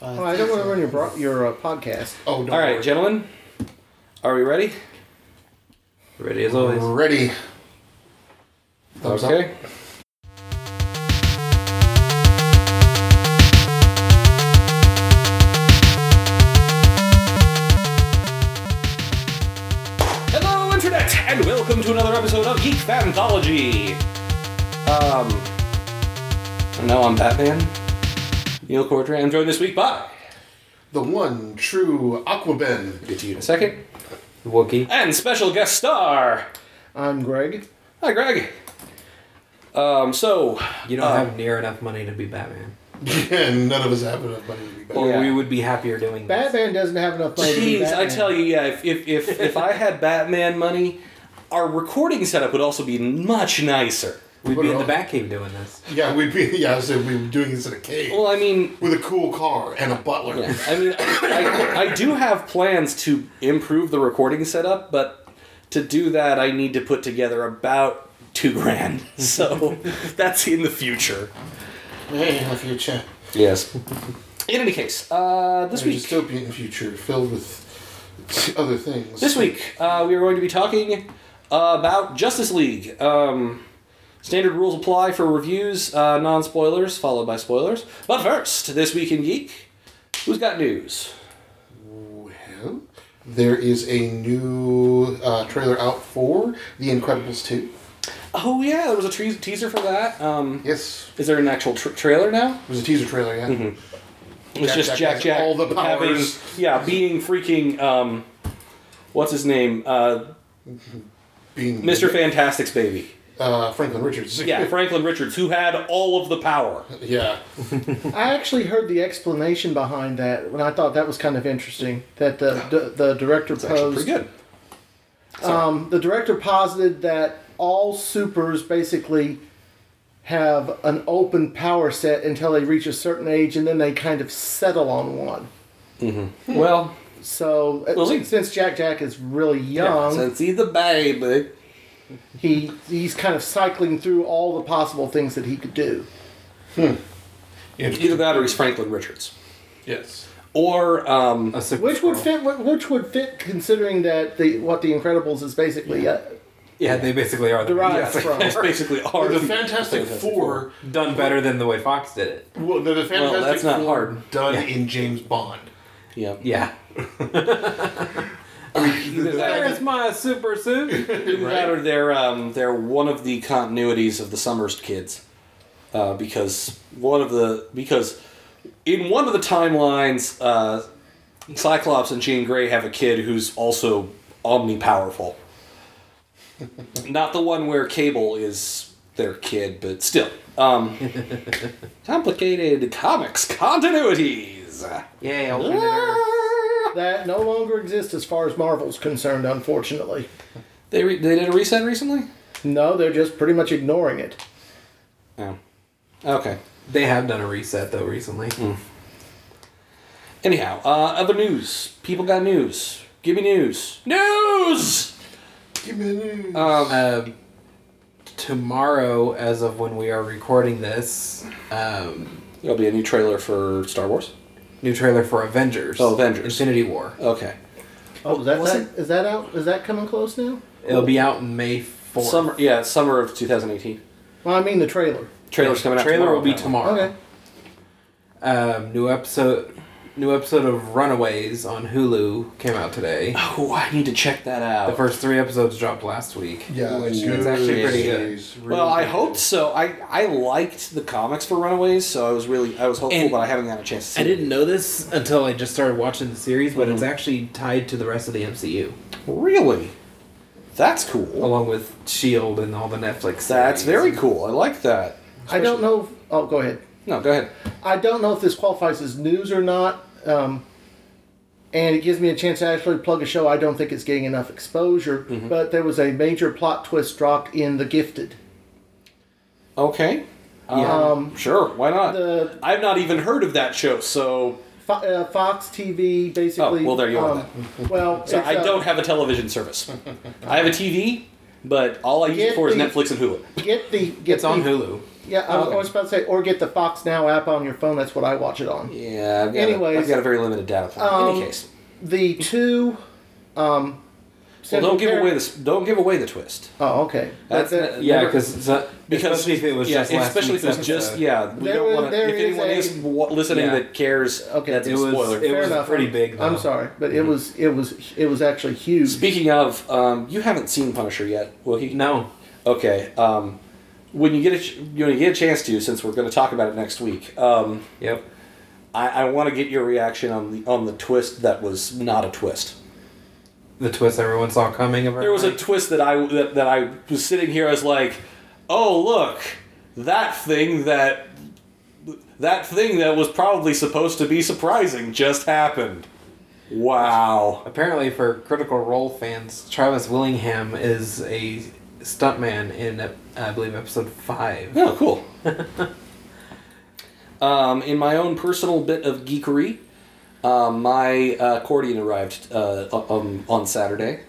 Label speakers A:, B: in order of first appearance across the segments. A: Oh, I don't want to run your bro- your uh, podcast.
B: Oh, don't
C: All right,
B: worry.
C: gentlemen, are we ready? Ready as always.
B: Ready. Thumbs up.
C: Okay. Hello, Internet, and welcome to another episode of Geek Anthology. Um, and now I'm Batman, Neil Cordray. I'm joined this week by
B: The one true Aquaben. Get you.
C: second
D: Wookie.
C: and special guest star.
A: I'm Greg.
C: Hi, Greg. Um, so
D: You don't
C: Uh,
D: have near enough money to be Batman.
B: And none of us have enough money to be back.
D: Or
C: yeah.
D: we would be happier doing this.
A: Batman doesn't have enough money. to be
C: Jeez, I
A: Batman.
C: tell you, yeah. If if if, if I had Batman money, our recording setup would also be much nicer.
D: We'd be in the
B: Literal.
D: Batcave doing this.
B: Yeah, we'd be. Yeah, I said we were doing this in a cave
C: Well, I mean,
B: with a cool car and a butler.
C: yeah, I mean, I, I, I do have plans to improve the recording setup, but to do that, I need to put together about two grand. So that's in the future.
B: Hey, a future.
C: Yes. In any case, uh, this
B: A
C: week.
B: dystopian future filled with other things.
C: This week, uh, we are going to be talking about Justice League. Um, standard rules apply for reviews, uh, non spoilers, followed by spoilers. But first, this week in Geek, who's got news?
B: Well, there is a new uh, trailer out for The Incredibles 2.
C: Oh, yeah, there was a tre- teaser for that. Um,
B: Yes,
C: Is there an actual tr trailer now?
B: it was a teaser trailer, yeah.
C: Mm-hmm. It's
B: Jack
C: just
B: Jack
C: Jack
B: has
C: Jack.
B: all the
C: having-
B: powers.
C: yeah, being freaking. Um, what's his name? Uh,
B: Being
C: Mr. Fantastic's baby.
B: uh, Franklin Richards.
C: Yeah, Franklin Richards, who had all of the power.
B: yeah.
A: I actually heard the explanation behind that, and I thought that was kind of interesting. That the the, the director
C: Actually,
A: posed.
C: pretty good.
A: Um, the director posited that all supers basically have an open power set until they reach a certain age, and then they kind of settle on one.
C: Well,
A: So uh,
C: Well, he-
A: since Jack Jack is really young,
C: since he's a baby.
A: he he's kind of cycling through all the possible things that he could do.
C: Either that or he's Franklin Richards.
B: Yes.
C: Or, um,
D: A super
A: Which would
D: scroll.
A: fit? Which would fit, considering that the what the Incredibles is basically uh,
D: Yeah, they basically are. The
A: derived
D: Yes.
A: from.
C: that's basically our.
B: The Fantastic Four.
D: Done better than the way Fox did it.
B: Well, the, the Fantastic
C: that's not
B: Four
C: hard.
B: done
D: Yeah.
B: in James Bond.
C: Yeah.
D: Yeah.
C: Either that,
D: There's my super suit.
C: either that or they're, um, they're one of the continuities of the Summers kids. Uh, because one of the. Because in one of the timelines, uh, Cyclops and Jean Grey have a kid who's also omnipowerful. Not the one where Cable is their kid, but still. Um, complicated comics continuities.
D: Yay, alternate
C: Ah.
D: Earth.
A: that no longer exists as far as Marvel's concerned. Unfortunately,
C: They re- they did a reset recently.
A: no, they're just pretty much ignoring it.
C: Oh, okay.
D: They have done a reset, though, recently.
C: Hmm. Anyhow, uh, other news. People got news. Give me news. Um, News.
B: Give me the news.
C: Oh,
D: Uh, tomorrow, as of when we are recording this, um,
C: There'll be a new trailer for Star Wars.
D: new trailer for Avengers.
C: Oh, Avengers.
D: Infinity War.
C: Okay.
A: Oh, is that,
D: was
A: that is that out? Is that coming close now?
D: It'll be out in May 4th.
C: Summer. Yeah, summer of 2018.
A: Well, I mean the trailer.
C: Trailer's coming out.
D: Trailer
C: tomorrow,
D: will be
C: apparently.
D: tomorrow.
A: Okay,
D: Um, new episode, new episode of Runaways on Hulu came out today.
C: Oh, I need to check that out.
D: The first three episodes dropped last week.
B: yeah,
D: which
B: good
D: it's actually pretty good.
B: series, really
C: well, I
B: good.
C: hoped so. I I liked the comics for Runaways, so I was really I was hopeful,
D: And-
C: but I haven't gotten a chance to see.
D: I didn't know this until I just started watching the series, but it's actually tied to the rest of the MCU,
C: it. Really. That's cool.
D: along with Shield E and all the Netflix.
C: That's
D: series.
C: very cool. I like that.
A: I don't know. if- oh, go ahead.
C: No, go ahead.
A: I don't know if this qualifies as news or not. Um, and it gives me a chance to actually plug a show. I don't think it's getting enough exposure,
D: Mm-hmm.
A: but there was a major plot twist dropped in The Gifted.
C: Okay.
D: Yeah.
A: Um,
C: Sure, why not?
A: The-
C: I've not even heard of that show, so,
A: Fo- uh, Fox TV basically.
C: Oh, well, there you are
A: um, Well,
C: so
A: it's,
C: I
A: uh,
C: don't have a television service. I have a TV, but all I use it
A: Get
C: for is
A: the-
C: Netflix and Hulu.
A: get the get
D: it's on
A: the,
D: Hulu.
A: Yeah, I was
D: Okay.
A: I was about to say, or get the Fox Now app on your phone. That's what I watch it on.
C: Yeah. I've got
A: Anyways.
C: a, I've got a very limited data plan. In
A: Um,
C: any case,
A: The two. Um,
C: well, don't give
A: Central
C: away
A: Park-
C: the s- don't give away the twist.
A: Oh, okay.
C: That's-
A: That-
C: that-
A: that-
D: Yeah, Uh, because
C: Because
D: especially if it was
C: yeah,
D: just last
C: especially if
D: week's
C: it was just
D: episode.
C: yeah, we
A: There
C: don't
A: was-
C: want to.
A: there
C: If
A: is
C: anyone
A: a-
C: is wa- listening
D: Yeah.
C: that cares,
A: Okay.
C: that's a
D: It was-
C: spoiler.
D: it was
A: enough.
D: pretty
A: I'm-
D: big, though.
A: I'm sorry, but
C: Mm-hmm.
A: it was it was it was actually huge.
C: Speaking of, um, you haven't seen Punisher yet, Well, he
D: no.
C: Okay. Um, when you get a ch- when you get a chance to, since we're going to talk about it next week, um,
D: Yep.
C: I, I want to get your reaction on the on the twist that was not a twist.
D: The twist everyone saw coming. About
C: There was a twist that I that, that I was sitting here. I was like, "Oh look, that thing that that thing that was probably supposed to be surprising just happened." Wow.
D: Apparently, for Critical Role fans, Travis Willingham is a stuntman in, uh, I believe, episode five.
C: Oh, cool. um, in my own personal bit of geekery, um, my uh, accordion arrived uh, um, on Saturday.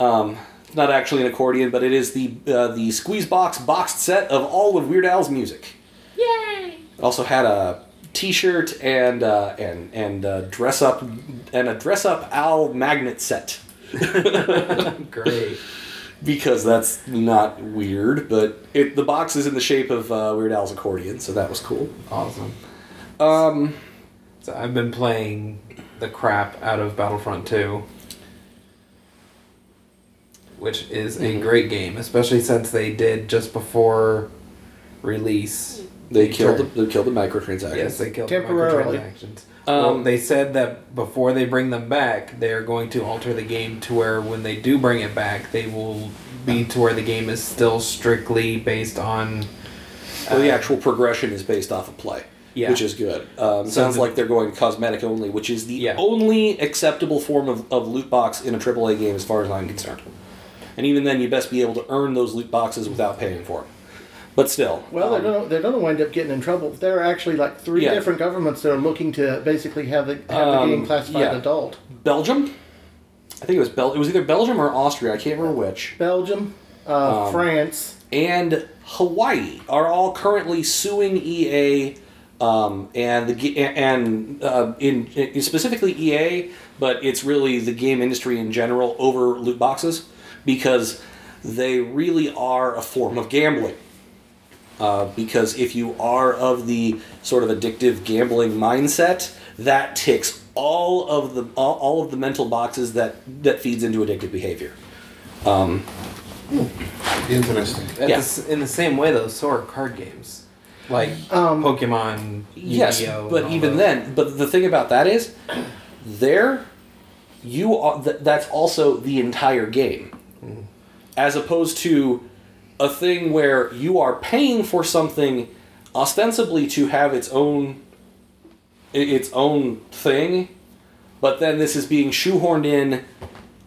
C: Um, it's not actually an accordion, but it is the uh, the squeeze box boxed set of all of Weird Al's music. Yay! Also had a T-shirt and uh, and and uh, dress up and a dress up Al magnet set
D: Great.
C: because that's not weird, but it the box is in the shape of uh, Weird Al's accordion, so that was cool.
D: awesome.
C: Um,
D: So I've been playing the crap out of Battlefront 2, which is a great game, especially since they did just before release.
C: they killed the, they killed the microtransactions.
D: Yes, they killed
A: Temporarily.
D: the microtransactions. well,
C: Um,
D: they said that before they bring them back, they are going to alter the game to where when they do bring it back, they will be to where the game is still strictly based on.
C: Well, the actual progression is based off of play,
D: Yeah.
C: which is good. Um, sounds
D: the-
C: like they're going cosmetic only, which is the
D: Yeah.
C: only acceptable form of, of loot box in a AAA game, as far as I'm concerned. And even then, you best be able to earn those loot boxes without paying for them. But still, um,
A: Well, they're gonna they're gonna wind up getting in trouble. There are actually like three
C: Yeah.
A: different governments that are looking to basically have the have
C: Um,
A: the game classified
C: yeah.
A: adult.
C: Belgium. I think it was Bel- It was either Belgium or Austria. I can't remember which.
A: Belgium, uh,
C: Um,
A: France.
C: and Hawaii are all currently suing EA um, and the ga- and uh, in, in specifically EA, but it's really the game industry in general over loot boxes because they really are a form of gambling. Uh, because if you are of the sort of addictive gambling mindset, that ticks all of the all, all of the mental boxes that that feeds into addictive behavior.
B: Interesting.
D: At
C: Yeah.
D: the s in the same way, though, so are card games. Like Pokemon,
C: Yes,
D: Yu-Gi-Oh,
C: but
D: and all
C: even
D: those.
C: then, but the thing about that is, there, you are. Th- that's also the entire game,
D: Mm-hmm.
C: as opposed to a thing where you are paying for something ostensibly to have its own i- its own thing, but then this is being shoehorned in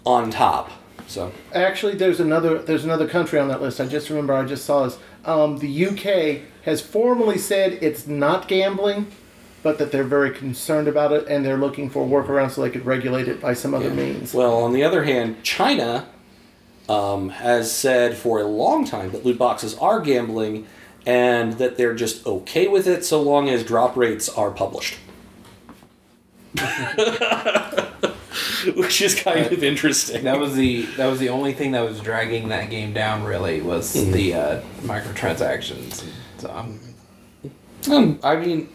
C: on top. So
A: Actually, there's another there's another country on that list. I just remember I just saw this. Um, the UK has formally said it's not gambling, but that they're very concerned about it and they're looking for a workaround so they could regulate it by some other means.
C: Well, on the other hand, China um, has said for a long time that loot boxes are gambling and that they're just okay with it so long as drop rates are published. Which is kind of interesting.
D: That was the that was the only thing that was dragging that game down. Really, was
C: Hmm.
D: the uh, microtransactions. So I'm,
C: Um, I mean,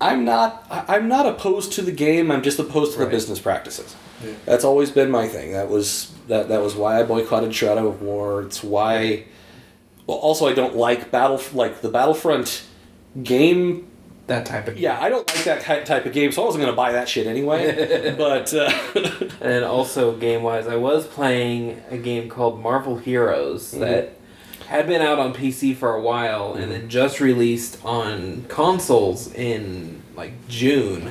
C: I'm not. I- I'm not opposed to the game. I'm just opposed to the
D: Right.
C: business practices.
B: Yeah.
C: That's always been my thing. That was that. That was why I boycotted Shadow of War. It's why. Well, also I don't like battle like the Battlefront game.
D: that type of
C: Yeah, I don't like that ki- type of game, so I wasn't gonna buy that shit anyway. but uh,
D: And then also game wise, I was playing a game called Marvel Heroes that had been out on PC for a while and then just released on consoles in like June.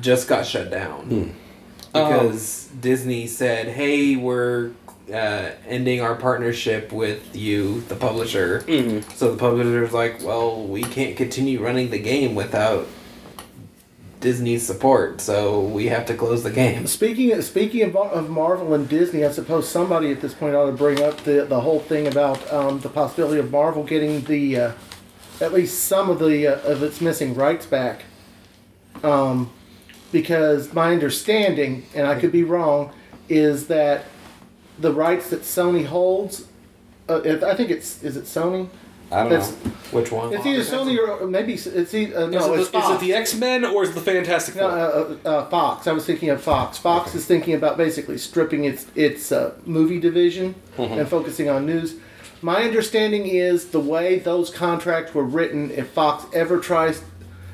D: Just got shut down because Disney said, "Hey, we're uh, ending our partnership with you, the publisher." So the publisher's like, "Well, we can't continue running the game without Disney's support, so we have to close the game.
A: Speaking of, speaking of, Mar- of Marvel and Disney, I suppose somebody at this point ought to bring up the, the whole thing about um, the possibility of Marvel getting the uh, at least some of the uh, of its missing rights back. Um, because my understanding, and I could be wrong, is that the rights that Sony holds, uh, if- I think it's is it Sony.
C: I don't
A: That's-
C: know.
D: Which one?
A: It's either Sony or or maybe s- it's either uh, no,
C: is, it the,
A: it's Fox.
C: is it the X Men or is it the Fantastic
A: No,
C: Four?
A: uh, uh, uh, Fox. I was thinking of Fox. Fox is thinking about basically stripping its its uh, movie division
D: Mm-hmm.
A: and focusing on news. My understanding is the way those contracts were written. If Fox ever tries,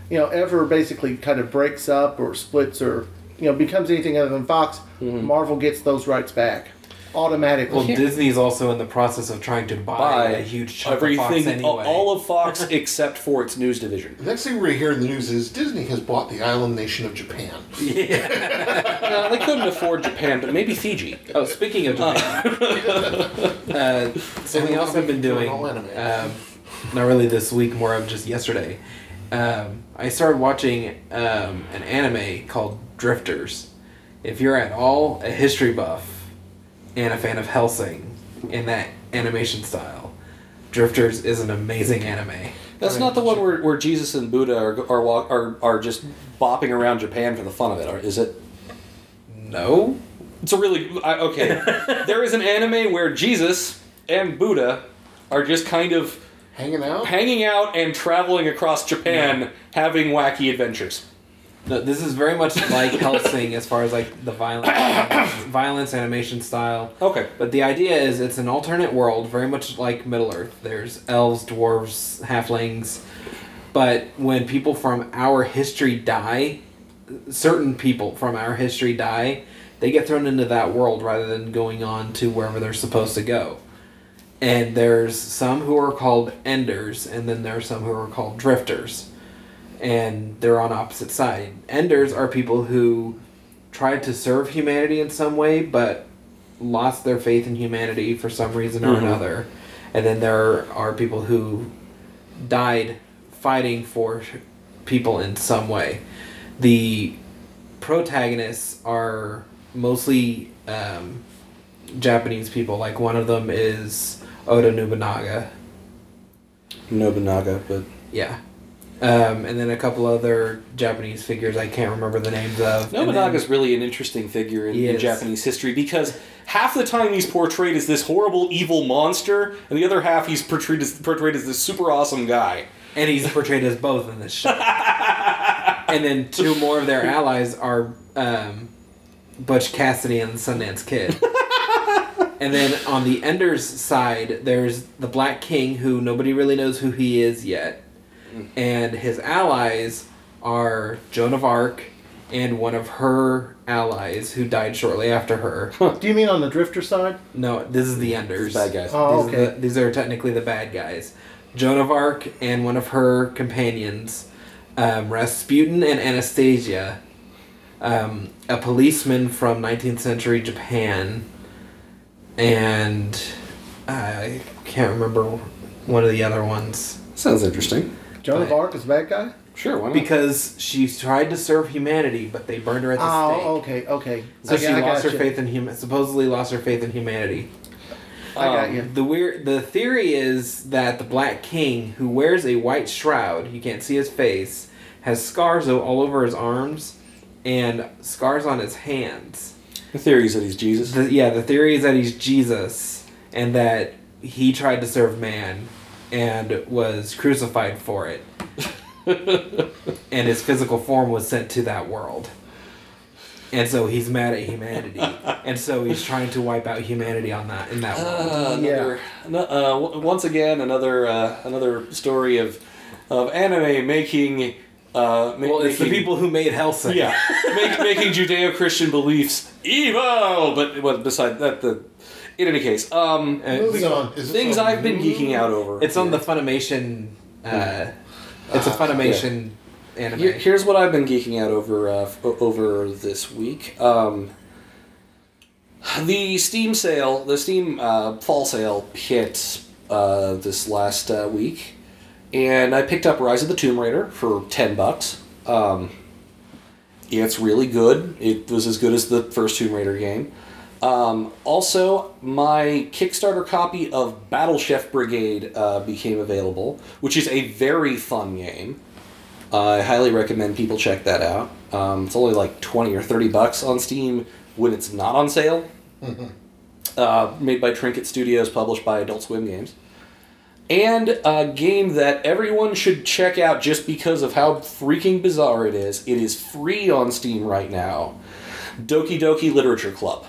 A: you know, ever basically kind of breaks up or splits or you know becomes anything other than Fox, Marvel gets those rights back automatically.
D: Mm-hmm. Well, Disney's also in the process of trying to buy,
C: By
D: a huge chunk
C: everything,
D: of Fox
C: a-
D: anyway.
C: all of Fox except for its news division.
B: The next thing we're hearing in the news is Disney has bought the island nation of Japan.
C: No, they couldn't afford Japan, but maybe Fiji.
D: oh, speaking of Japan, uh, something else I've been doing,
B: All anime.
D: um, not really this week, more of just yesterday. Um, I started watching um, an anime called Drifters. If you're at all a history buff and a fan of Helsing in that animation style, Drifters is an amazing anime.
C: That's not the one where, where Jesus and Buddha are are, walk, are are just bopping around Japan for the fun of it, or is it?
D: No,
C: It's a really I, okay. there is an anime where Jesus and Buddha are just kind of
B: Hanging out?
C: hanging out and traveling across Japan, having wacky adventures.
D: No, this is very much like Helsing as far as like the violence, violence animation style.
C: Okay.
D: But the idea is it's an alternate world, very much like Middle Earth. There's elves, dwarves, halflings, but when people from our history die, certain people from our history die, they get thrown into that world rather than going on to wherever they're supposed to go. And there's some who are called enders, and then there are some who are called drifters and they're on opposite side. Enders are people who tried to serve humanity in some way, but lost their faith in humanity for some reason
C: Mm-hmm.
D: or another. And then there are people who died fighting for people in some way. The protagonists are mostly um, Japanese people. Like one of them is Oda Nobunaga,
C: Nobunaga, but
D: yeah. Um, and then a couple other Japanese figures I can't remember the names of. And then-
C: Nobunaga's really an interesting figure in,
D: He
C: in
D: is.
C: Japanese history because half the time he's portrayed as this horrible evil monster, and the other half he's portrayed as portrayed as this super awesome guy.
D: and he's portrayed as both in this show. and then two more of their allies are um, Butch Cassidy and the Sundance Kid. and then on the Ender's side, there's the Black King, who nobody really knows who he is yet, and his allies are Joan of Arc and one of her allies who died shortly after her.
A: Do you mean on the Drifter side?
D: No, this is the Enders.
C: Bad guys.
A: Oh,
D: these,
A: okay.
D: are the, these are technically the bad guys. Joan of Arc and one of her companions, um, Rasputin and Anastasia, um, a policeman from 19th century Japan, and I can't remember one of the other ones.
C: Sounds interesting.
A: Joan of
D: Right.
A: Arc is a bad guy.
C: Sure, why not?
D: Because she tried to serve humanity, but they burned her at the stake.
A: Oh, okay, okay.
D: So
A: I-
D: she
A: I
D: lost her
A: gotcha.
D: faith in human. Supposedly lost her faith in humanity.
A: I got
C: Um,
A: you.
D: The weird the theory is that the Black King, who wears a white shroud, you can't see his face, has scars o- all over his arms and scars on his hands.
C: the theory is that he's Jesus.
D: The, yeah, the theory is that he's Jesus and that he tried to serve man and was crucified for it. and his physical form was sent to that world. And so he's mad at humanity. and so he's trying to wipe out humanity on that in that world.
C: Uh, another, no- uh, w- once again, another uh, another story of of anime making. Uh, ma-
D: Well, it's the
C: making-
D: people who made Hellsing.
C: Yeah, Make, making Judeo-Christian beliefs evil. But well, beside that, the in any case, um,
D: Uh,
A: Moving
B: So,
A: on.
B: is this
C: things
B: a
C: I've been
B: new-
C: geeking out over.
D: It's on the Funimation. Uh, it's a Funimation anime.
C: Here- here's what I've been geeking out over uh, f- o- over this week. Um, the Steam sale, the Steam uh, fall sale hit uh, this last uh, week, and I picked up Rise of the Tomb Raider for ten bucks. Um, It's really good. It was as good as the first Tomb Raider game. Um, also, my Kickstarter copy of Battle Chef Brigade uh, became available, which is a very fun game. I highly recommend people check that out. Um, it's only like 20 or 30 bucks on Steam when it's not on sale. Uh, made by Trinket Studios, published by Adult Swim Games. And a game that everyone should check out just because of how freaking bizarre it is. It is free on Steam right now. Doki Doki Literature Club.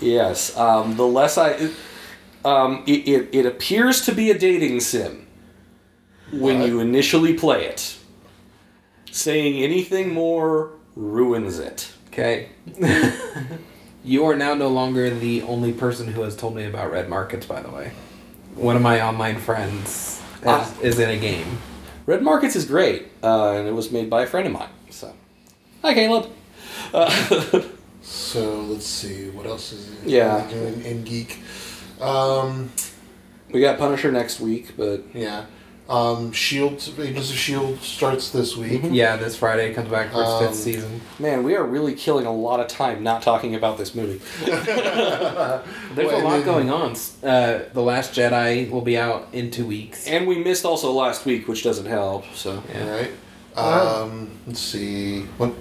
C: Yes. Um, the less I, it- um, it, it, it appears to be a dating sim when
D: Uh,
C: you initially play it. Saying anything more ruins it.
D: Okay. you are now no longer the only person who has told me about red markets, by the way. One of my online friends is,
C: Ah.
D: is in a game.
C: Red Markets is great, uh, and it was made by a friend of mine. So, hi, Caleb. Uh,
B: So let's see what else is
C: Yeah.
B: doing in geek. Um,
C: we got Punisher next week, but
B: yeah, um, Shield Agents of Shield E starts this week.
C: Mm-hmm.
D: Yeah, this Friday it comes back for its
B: Um,
D: fifth season.
C: man, we are really killing a lot of time not talking about this movie.
D: There's
B: Well,
D: a
B: and
D: lot
B: then-
D: going on. S- Uh, the Last Jedi will be out in two weeks.
C: And we missed also last week, which doesn't help. So,
B: All
D: Yeah.
B: right.
A: Wow.
B: Um, let's see what.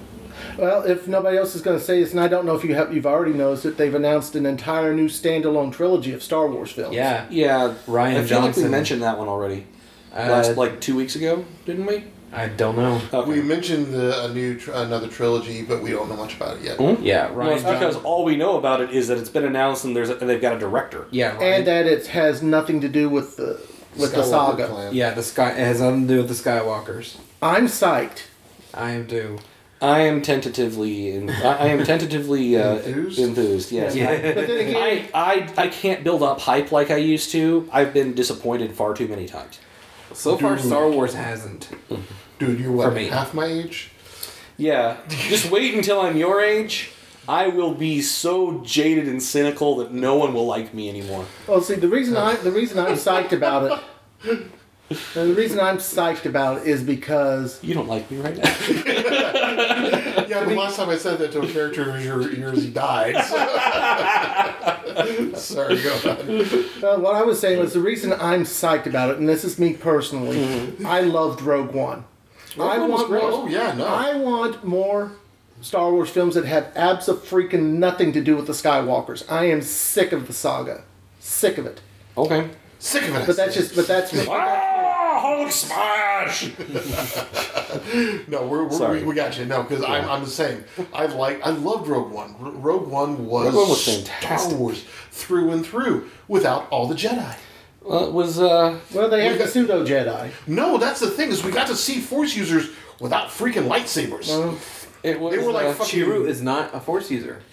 A: Well, if nobody else is going to say this, and I don't know if you have, you've already noticed that they've announced an entire new standalone trilogy of Star Wars films.
D: Yeah.
C: yeah,
D: Ryan
C: I feel like
D: Johnson.
C: we mentioned that one already.
D: Uh,
C: last like two weeks ago, didn't we?
D: I don't know.
C: Okay.
B: We mentioned the, a new tr- another trilogy, but we don't know much about it yet.
C: Hmm?
D: Yeah,
C: Well,
D: Ryan
C: it's because
D: Johnson.
C: all we know about it is that it's been announced and there's a, and they've got a director.
D: Yeah, Ryan
A: And that it has nothing to do with the with the
B: Skywalker
A: saga.
B: Clan.
D: Yeah, the sky it has nothing to do with the Skywalkers.
A: I'm psyched.
D: I am due.
C: I am tentatively in, I, I am tentatively uh,
B: Enthused?
C: enthused? Yes.
A: But then again,
C: I, I I can't build up hype like I used to. I've been disappointed far too many times.
D: So far,
B: Dude.
D: Star Wars hasn't.
B: dude, you're what
D: For me.
B: half my age.
C: Yeah. Just wait until I'm your age. I will be so jaded and cynical that no one will like me anymore.
A: well, see, the reason I the reason I'm psyched about it, the reason I'm psyched about it is because
C: You don't like me right now.
B: Yeah, the last time I said that to a character who was your years, he died. so. Sorry, go on.
A: uh, what I was saying was the reason I'm psyched about it, and this is me personally. I loved Rogue One. I
C: Mm-hmm. One was
A: want
C: great.
A: more-
B: Oh yeah, no.
A: I want more Star Wars films that have absolutely freaking nothing to do with the Skywalkers. I am sick of the saga, sick of it.
C: Okay.
B: Sick of it.
A: But that's just, but that's me.
C: Ah, Hulk smash!
B: No, we're, we're,
C: Sorry.
B: we, we got you. No, because I'm, I'm the same. I like I loved Rogue One. R- Rogue One was,
C: Rogue One was
B: Star
C: fantastic.
B: Wars through and through without all the Jedi.
C: Well, it was uh
A: Well, they have
B: We
A: the
B: got-
A: pseudo Jedi.
B: No, that's the thing is we got to see Force users without freaking lightsabers.
C: Uh-huh. it was
B: They were like
C: uh,
B: fucking-
D: Chiru is not a Force user.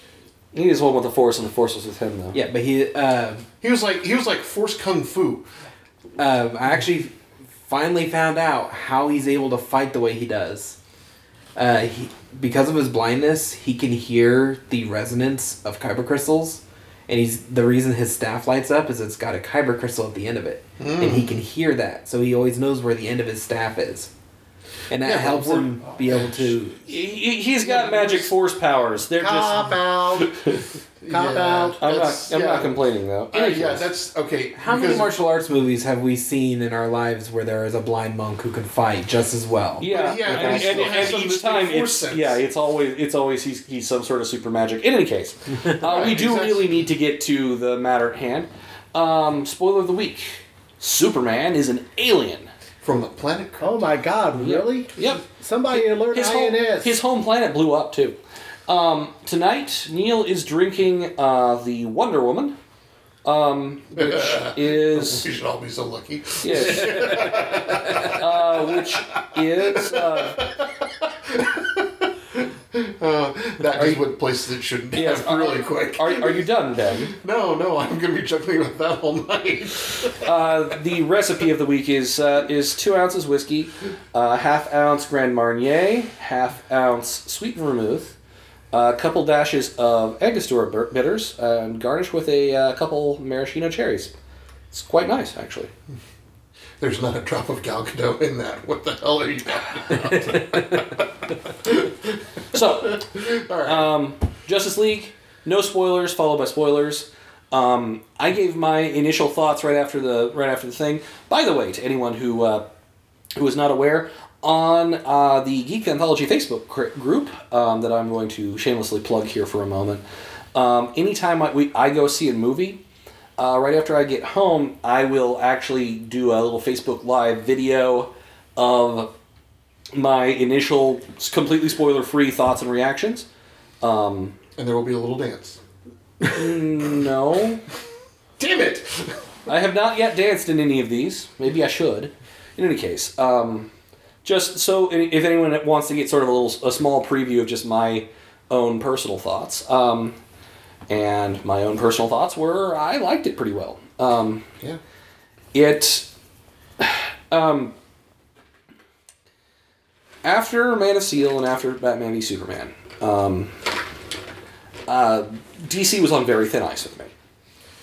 C: He is one with the force, and the force was with him, though.
D: Yeah, but he. Uh,
B: He was like he was like Force kung fu.
D: um, I actually finally found out how he's able to fight the way he does. Uh, he, because of his blindness, he can hear the resonance of kyber crystals, and he's the reason his staff lights up is it's got a kyber crystal at the end of it, and he can hear that, so he always knows where the end of his staff is, and that
B: Yeah, but
D: helps
B: we're-
D: him be able to.
C: He, he's got magic force powers. They're
A: Cop
C: just.
A: out. Cop out.
C: I'm not.
B: that's-
C: I'm
B: yeah.
C: not complaining though.
B: Uh, yeah, that's okay.
D: How many
B: because-
D: martial arts movies have we seen in our lives where there is a blind monk who can fight just as well?
C: Yeah,
B: But yeah, but
C: and-
B: he
C: and,
B: still
C: and
B: has some
C: each
B: mystic
C: time
B: force
C: it's
B: sense.
C: yeah, it's always it's always he's, he's some sort of super magic. In any case, uh, we
B: Right,
C: do
B: exactly.
C: really need to get to the matter at hand. Um, spoiler of the week: Superman is an alien.
B: from the planet? Kr-
A: Oh my God! Really?
C: Yep.
A: Somebody alert
C: His home,
A: INS.
C: his home planet blew up too. Um, tonight, Neil is drinking uh, the Wonder Woman, um, which is
B: We should all be so lucky.
C: Yes. uh, which is uh,
B: Uh, that just went places it shouldn't
C: Yeah,
B: have
C: are-
D: uh,
B: really quick.
C: are, are you done Ben?
B: no, no, I'm gonna be juggling with that all night.
C: Uh, the recipe of the week is uh, is two ounces whiskey, uh, half ounce Grand Marnier, half ounce sweet vermouth, a couple dashes of Angostura bur- bitters, and garnish with a uh, couple maraschino cherries. It's quite nice actually.
B: There's not a drop of Gal Gadot in that. What the hell are you talking
C: So,
B: about? All right.
C: um, Justice League, no spoilers, followed by spoilers. Um, I gave my initial thoughts right after the right after the thing. By the way, to anyone who uh, who is not aware, on uh, the Geek Anthology Facebook cr- group um, that I'm going to shamelessly plug here for a moment. Um, anytime I, we, I go see a movie, uh, right after I get home, I will actually do a little Facebook Live video of my initial, s- completely spoiler free thoughts and reactions. Um,
B: and there will be a little dance.
C: no.
B: Damn it!
C: I have not yet danced in any of these. Maybe I should. In any case, um, just so i- if anyone wants to get sort of a little, a small preview of just my own personal thoughts, um, and my own personal thoughts were I liked it pretty well. Um,
B: Yeah.
D: Oh,
C: it, um, after Man of Steel and after Batman v Superman, um, uh, DC was on very thin ice with me.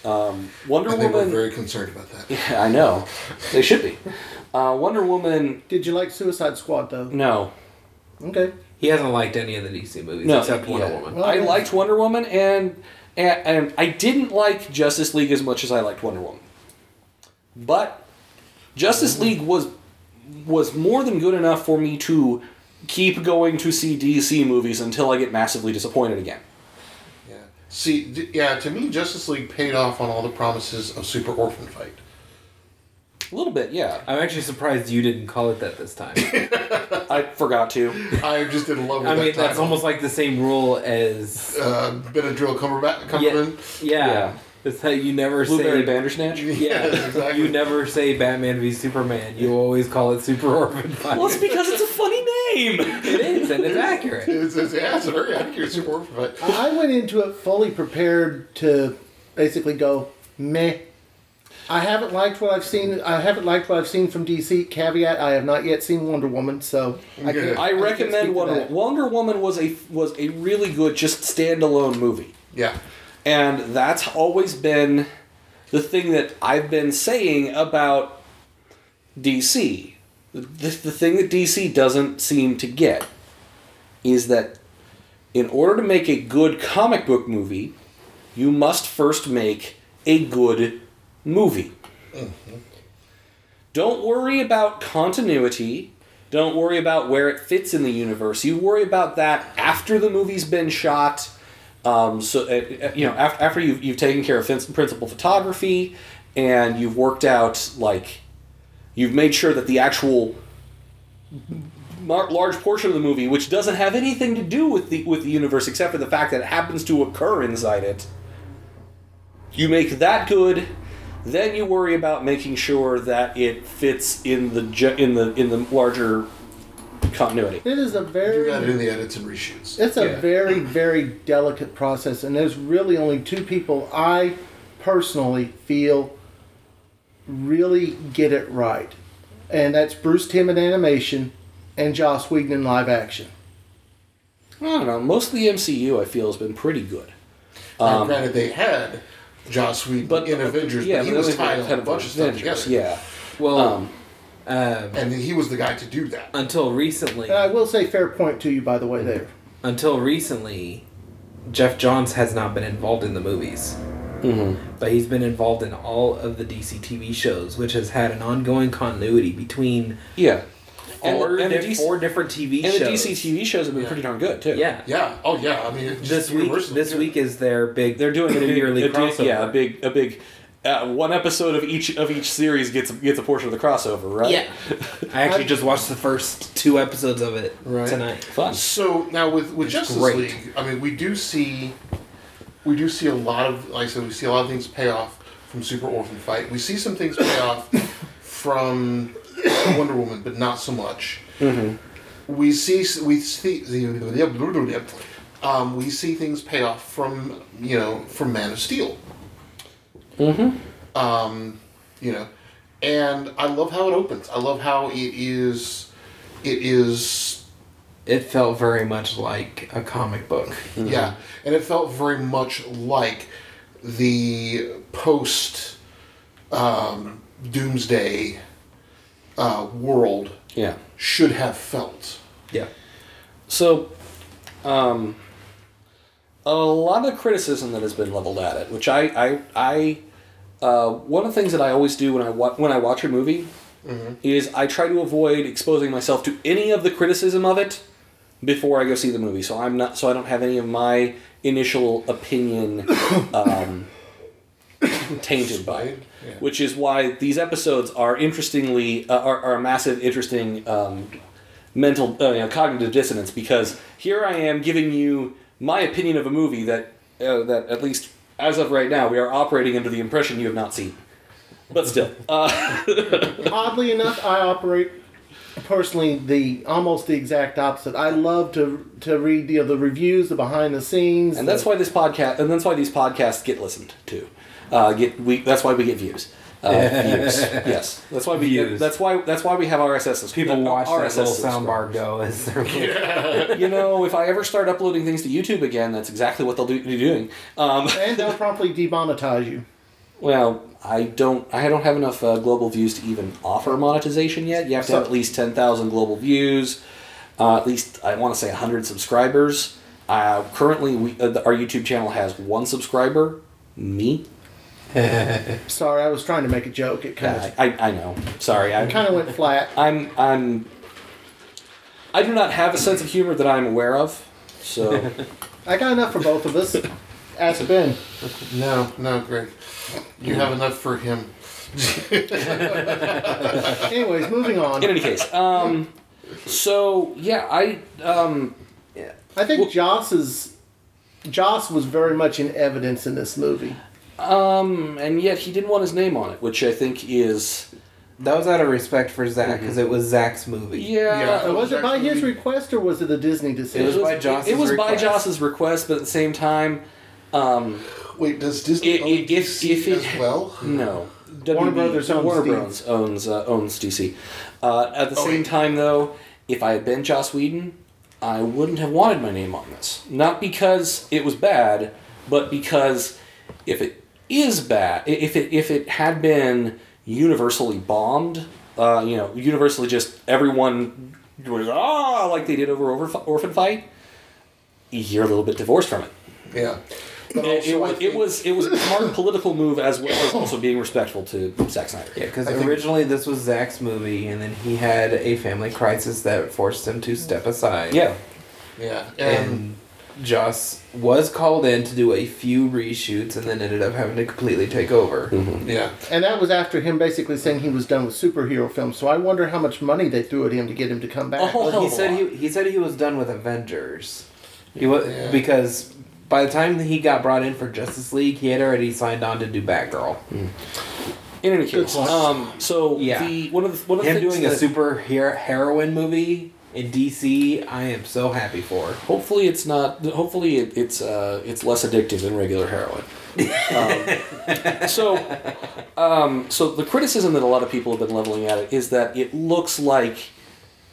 C: Um, Wonder
B: And they were
C: Woman.
B: very concerned about that.
C: Yeah, I know. They should be. Uh, Wonder Woman,
A: Did you like Suicide Squad though?
C: no.
A: Okay.
D: He hasn't liked any of the DC movies
C: No,
D: except Wonder
C: yeah.
D: Woman.
A: Well,
C: I
A: yeah.
C: liked Wonder Woman, and, and and I didn't like Justice League as much as I liked Wonder Woman. But
D: Mm-hmm.
C: Justice League was was more than good enough for me to keep going to see DC movies until I get massively disappointed again.
B: Yeah. See, d- yeah, to me, Justice League paid off on all the promises of Super Orphan Fight.
C: A little bit, yeah.
D: I'm actually surprised you didn't call it that this time.
C: I forgot to.
B: I am just in love with
D: I
B: that
D: mean, that's
B: title.
D: almost like the same rule as
B: Uh, Benadryl Cumberbatch.
D: yeah,
B: Cumberman.
D: yeah.
C: Yeah.
D: It's how you never
C: Blueberry
D: say
C: Bandersnatch.
D: yeah.
B: exactly.
D: you never say Batman v Superman. You always call it Super Orphan Fight.
C: Well, it's because it's a funny name.
D: it is, and it's accurate.
B: It's, it's, yeah, it's a very accurate Super Orphan Fight.
A: I went into it fully prepared to basically go meh. I haven't liked what I've seen. I haven't liked what I've seen from DC. Caveat: I have not yet seen Wonder Woman, so I can't. can't
C: I
A: speak
C: recommend
A: to
C: Wonder
A: that.
C: Woman. Wonder Woman was a was a really good just standalone movie.
B: Yeah.
C: And that's always been the thing that I've been saying about DC. The, the thing that DC doesn't seem to get is that in order to make a good comic book movie, you must first make a good movie. Don't worry about continuity. Don't worry about where it fits in the universe. You worry about that after the movie's been shot. Um, so uh, uh, you know, after, after you've, you've taken care of fin- principal photography, and you've worked out like you've made sure that the actual mar- large portion of the movie, which doesn't have anything to do with the with the universe except for the fact that it happens to occur inside it, you make that good. Then you worry about making sure that it fits in the ge- in the in the larger continuity.
A: It is a
B: You
A: very
B: got it in the edits and reshoots.
A: It's a
C: Yeah.
A: very, very delicate process, and there's really only two people I personally feel really get it right, and that's Bruce Timm in animation and Joss Whedon in live action.
C: I don't know. Most of the MCU, I feel, has been pretty good.
B: Now, granted, Um, they had Joss Whedon
C: But
B: in Avengers, but he
C: that
B: was
C: was
B: tied
C: kind
B: on a
C: of
B: bunch of stuff
C: Avengers,
B: together.
C: Yeah.
D: Well,
C: Um,
D: um,
B: And he was the guy to do that.
D: until recently,
A: And I will say, fair point to you, by the way, there.
D: until recently, Jeff Johns has not been involved in the movies,
C: Mm-hmm.
D: but he's been involved in all of the DC TV shows, which has had an ongoing continuity between
C: Yeah. And,
D: four,
C: and, the,
D: di-
C: DC,
D: four different TV
C: and
D: shows.
C: the DC TV shows have been
B: Yeah.
C: pretty darn good too.
D: Yeah.
B: Yeah. Oh, yeah. I mean, it's just
D: This week,
B: universal,
D: this
B: too.
D: week is their big.
C: They're doing it in
D: yearly
C: a, di-
D: crossover.
C: Yeah, a big, a big. Uh, one episode of each of each series gets gets a portion of the crossover, right?
D: Yeah. I actually just watched the first two episodes of it
B: Right.
D: tonight.
C: Fun.
B: So now with with Justice
D: great.
B: League, I mean, we do see, we do see a lot of like I said, we see a lot of things pay off from Super Orphan Fight. We see some things pay off from Wonder Woman, but not so much. We see we see um, we see things pay off from you know from Man of Steel. Um, you know, and I love how it opens. I love how it is. It is
D: It felt very much like a comic book.
C: Mm.
B: Yeah, and it felt very much like the post um, Doomsday uh, world
C: Yeah.
B: should have felt.
D: Yeah.
C: So, um, a lot of criticism that has been leveled at it, which I, I, I uh, one of the things that I always do when I wa- when I watch a movie is I try to avoid exposing myself to any of the criticism of it before I go see the movie. So I'm not, so I don't have any of my initial opinion um, tainted by it.
B: Yeah.
C: Which is why these episodes are interestingly uh, are, are a massive, interesting um, mental uh, you know, cognitive dissonance because here I am giving you my opinion of a movie that uh, that at least as of right now we are operating under the impression you have not seen. But still, uh,
A: Oddly enough, I operate personally the almost the exact opposite. I love to to read the, the reviews, the behind the scenes,
C: and that's
A: the-
C: why this podcast and that's why these podcasts get listened to. Uh, get we that's why we get views. Uh, views. Yes, that's why we.
D: Views.
C: That's why that's why we have RSS. subs-
D: People
C: uh,
D: watch that little
C: subscribers.
D: soundbar go as they're
C: You know, if I ever start uploading things to YouTube again, that's exactly what they'll do, be doing. Um,
A: and they'll promptly demonetize you.
C: Well, I don't. I don't have enough uh, global views to even offer monetization yet. You have to have
A: So-
C: at least ten thousand global views. Uh, at least I want to say hundred subscribers. Uh, currently, we uh, our YouTube channel has one subscriber. Me.
A: Sorry, I was trying to make a joke. It kind
C: I,
A: of
C: I, I know. Sorry. I,
A: kind of went flat.
C: I'm I'm. I do not have a sense of humor that I'm aware of. So
A: I got enough for both of us. Ask Ben.
B: No, no, Greg. You have enough for him.
A: Anyways, moving on.
C: in any case, um, so yeah, I um,
A: I think Joss's Joss was very much in evidence in this movie.
C: Um, and yet he didn't want his name on it, which I think is
D: That was out of respect for Zach because it was Zach's movie.
C: Mm-hmm. yeah.
B: Yeah.
A: Now, was it by his
B: Actually-
A: request or was it a Disney
C: It was,
A: decision?
D: by
C: it-
D: Joss's
C: it was by
D: request.
C: Joss's request, but at the same time, um,
B: Wait, does Disney
C: If-
B: own
C: if-
B: DC
C: if it-
B: as well?
C: no.
A: Warner
C: WB
A: Brothers owns
C: Warner
A: D-
C: Brothers owns uh, owns DC. Uh, at the
B: Oh,
C: same
B: wait.
C: time, though, if I had been Joss Whedon, I wouldn't have wanted my name on this. Not because it was bad, but because if it is bad, i- if it if it had been universally bombed, uh, you know, universally just everyone was ah like they did over Orphan- Orphan Fight, you're a little bit divorced from it.
B: Yeah. But also,
C: It,
B: I
C: was, it
B: think-
C: was it was a smart political move as well as also being respectful to Zack Snyder.
D: Yeah, because
B: I think-
D: originally this was Zach's movie, and then he had a family crisis that forced him to step aside.
C: Yeah.
B: Yeah. And,
D: And Joss was called in to do a few reshoots and then ended up having to completely take over.
B: yeah.
A: And that was after him basically saying he was done with superhero films. So I wonder how much money they threw at him to get him to come back.
C: Oh.
D: Well, he said he, he said he was done with Avengers. He was
B: Yeah.
D: because by the time that he got brought in for Justice League, he had already signed on to do Batgirl.
C: Mm-hmm. In any case,
A: point.
C: um, so
D: Yeah.
C: the one of the one of the
D: Him
C: things
D: doing a
C: that-
D: super hero, heroine movie in DC, I am so happy for.
C: Hopefully, it's not. Hopefully, it, it's uh, it's less addictive than regular heroin. Um, so, um, so the criticism that a lot of people have been leveling at it is that it looks like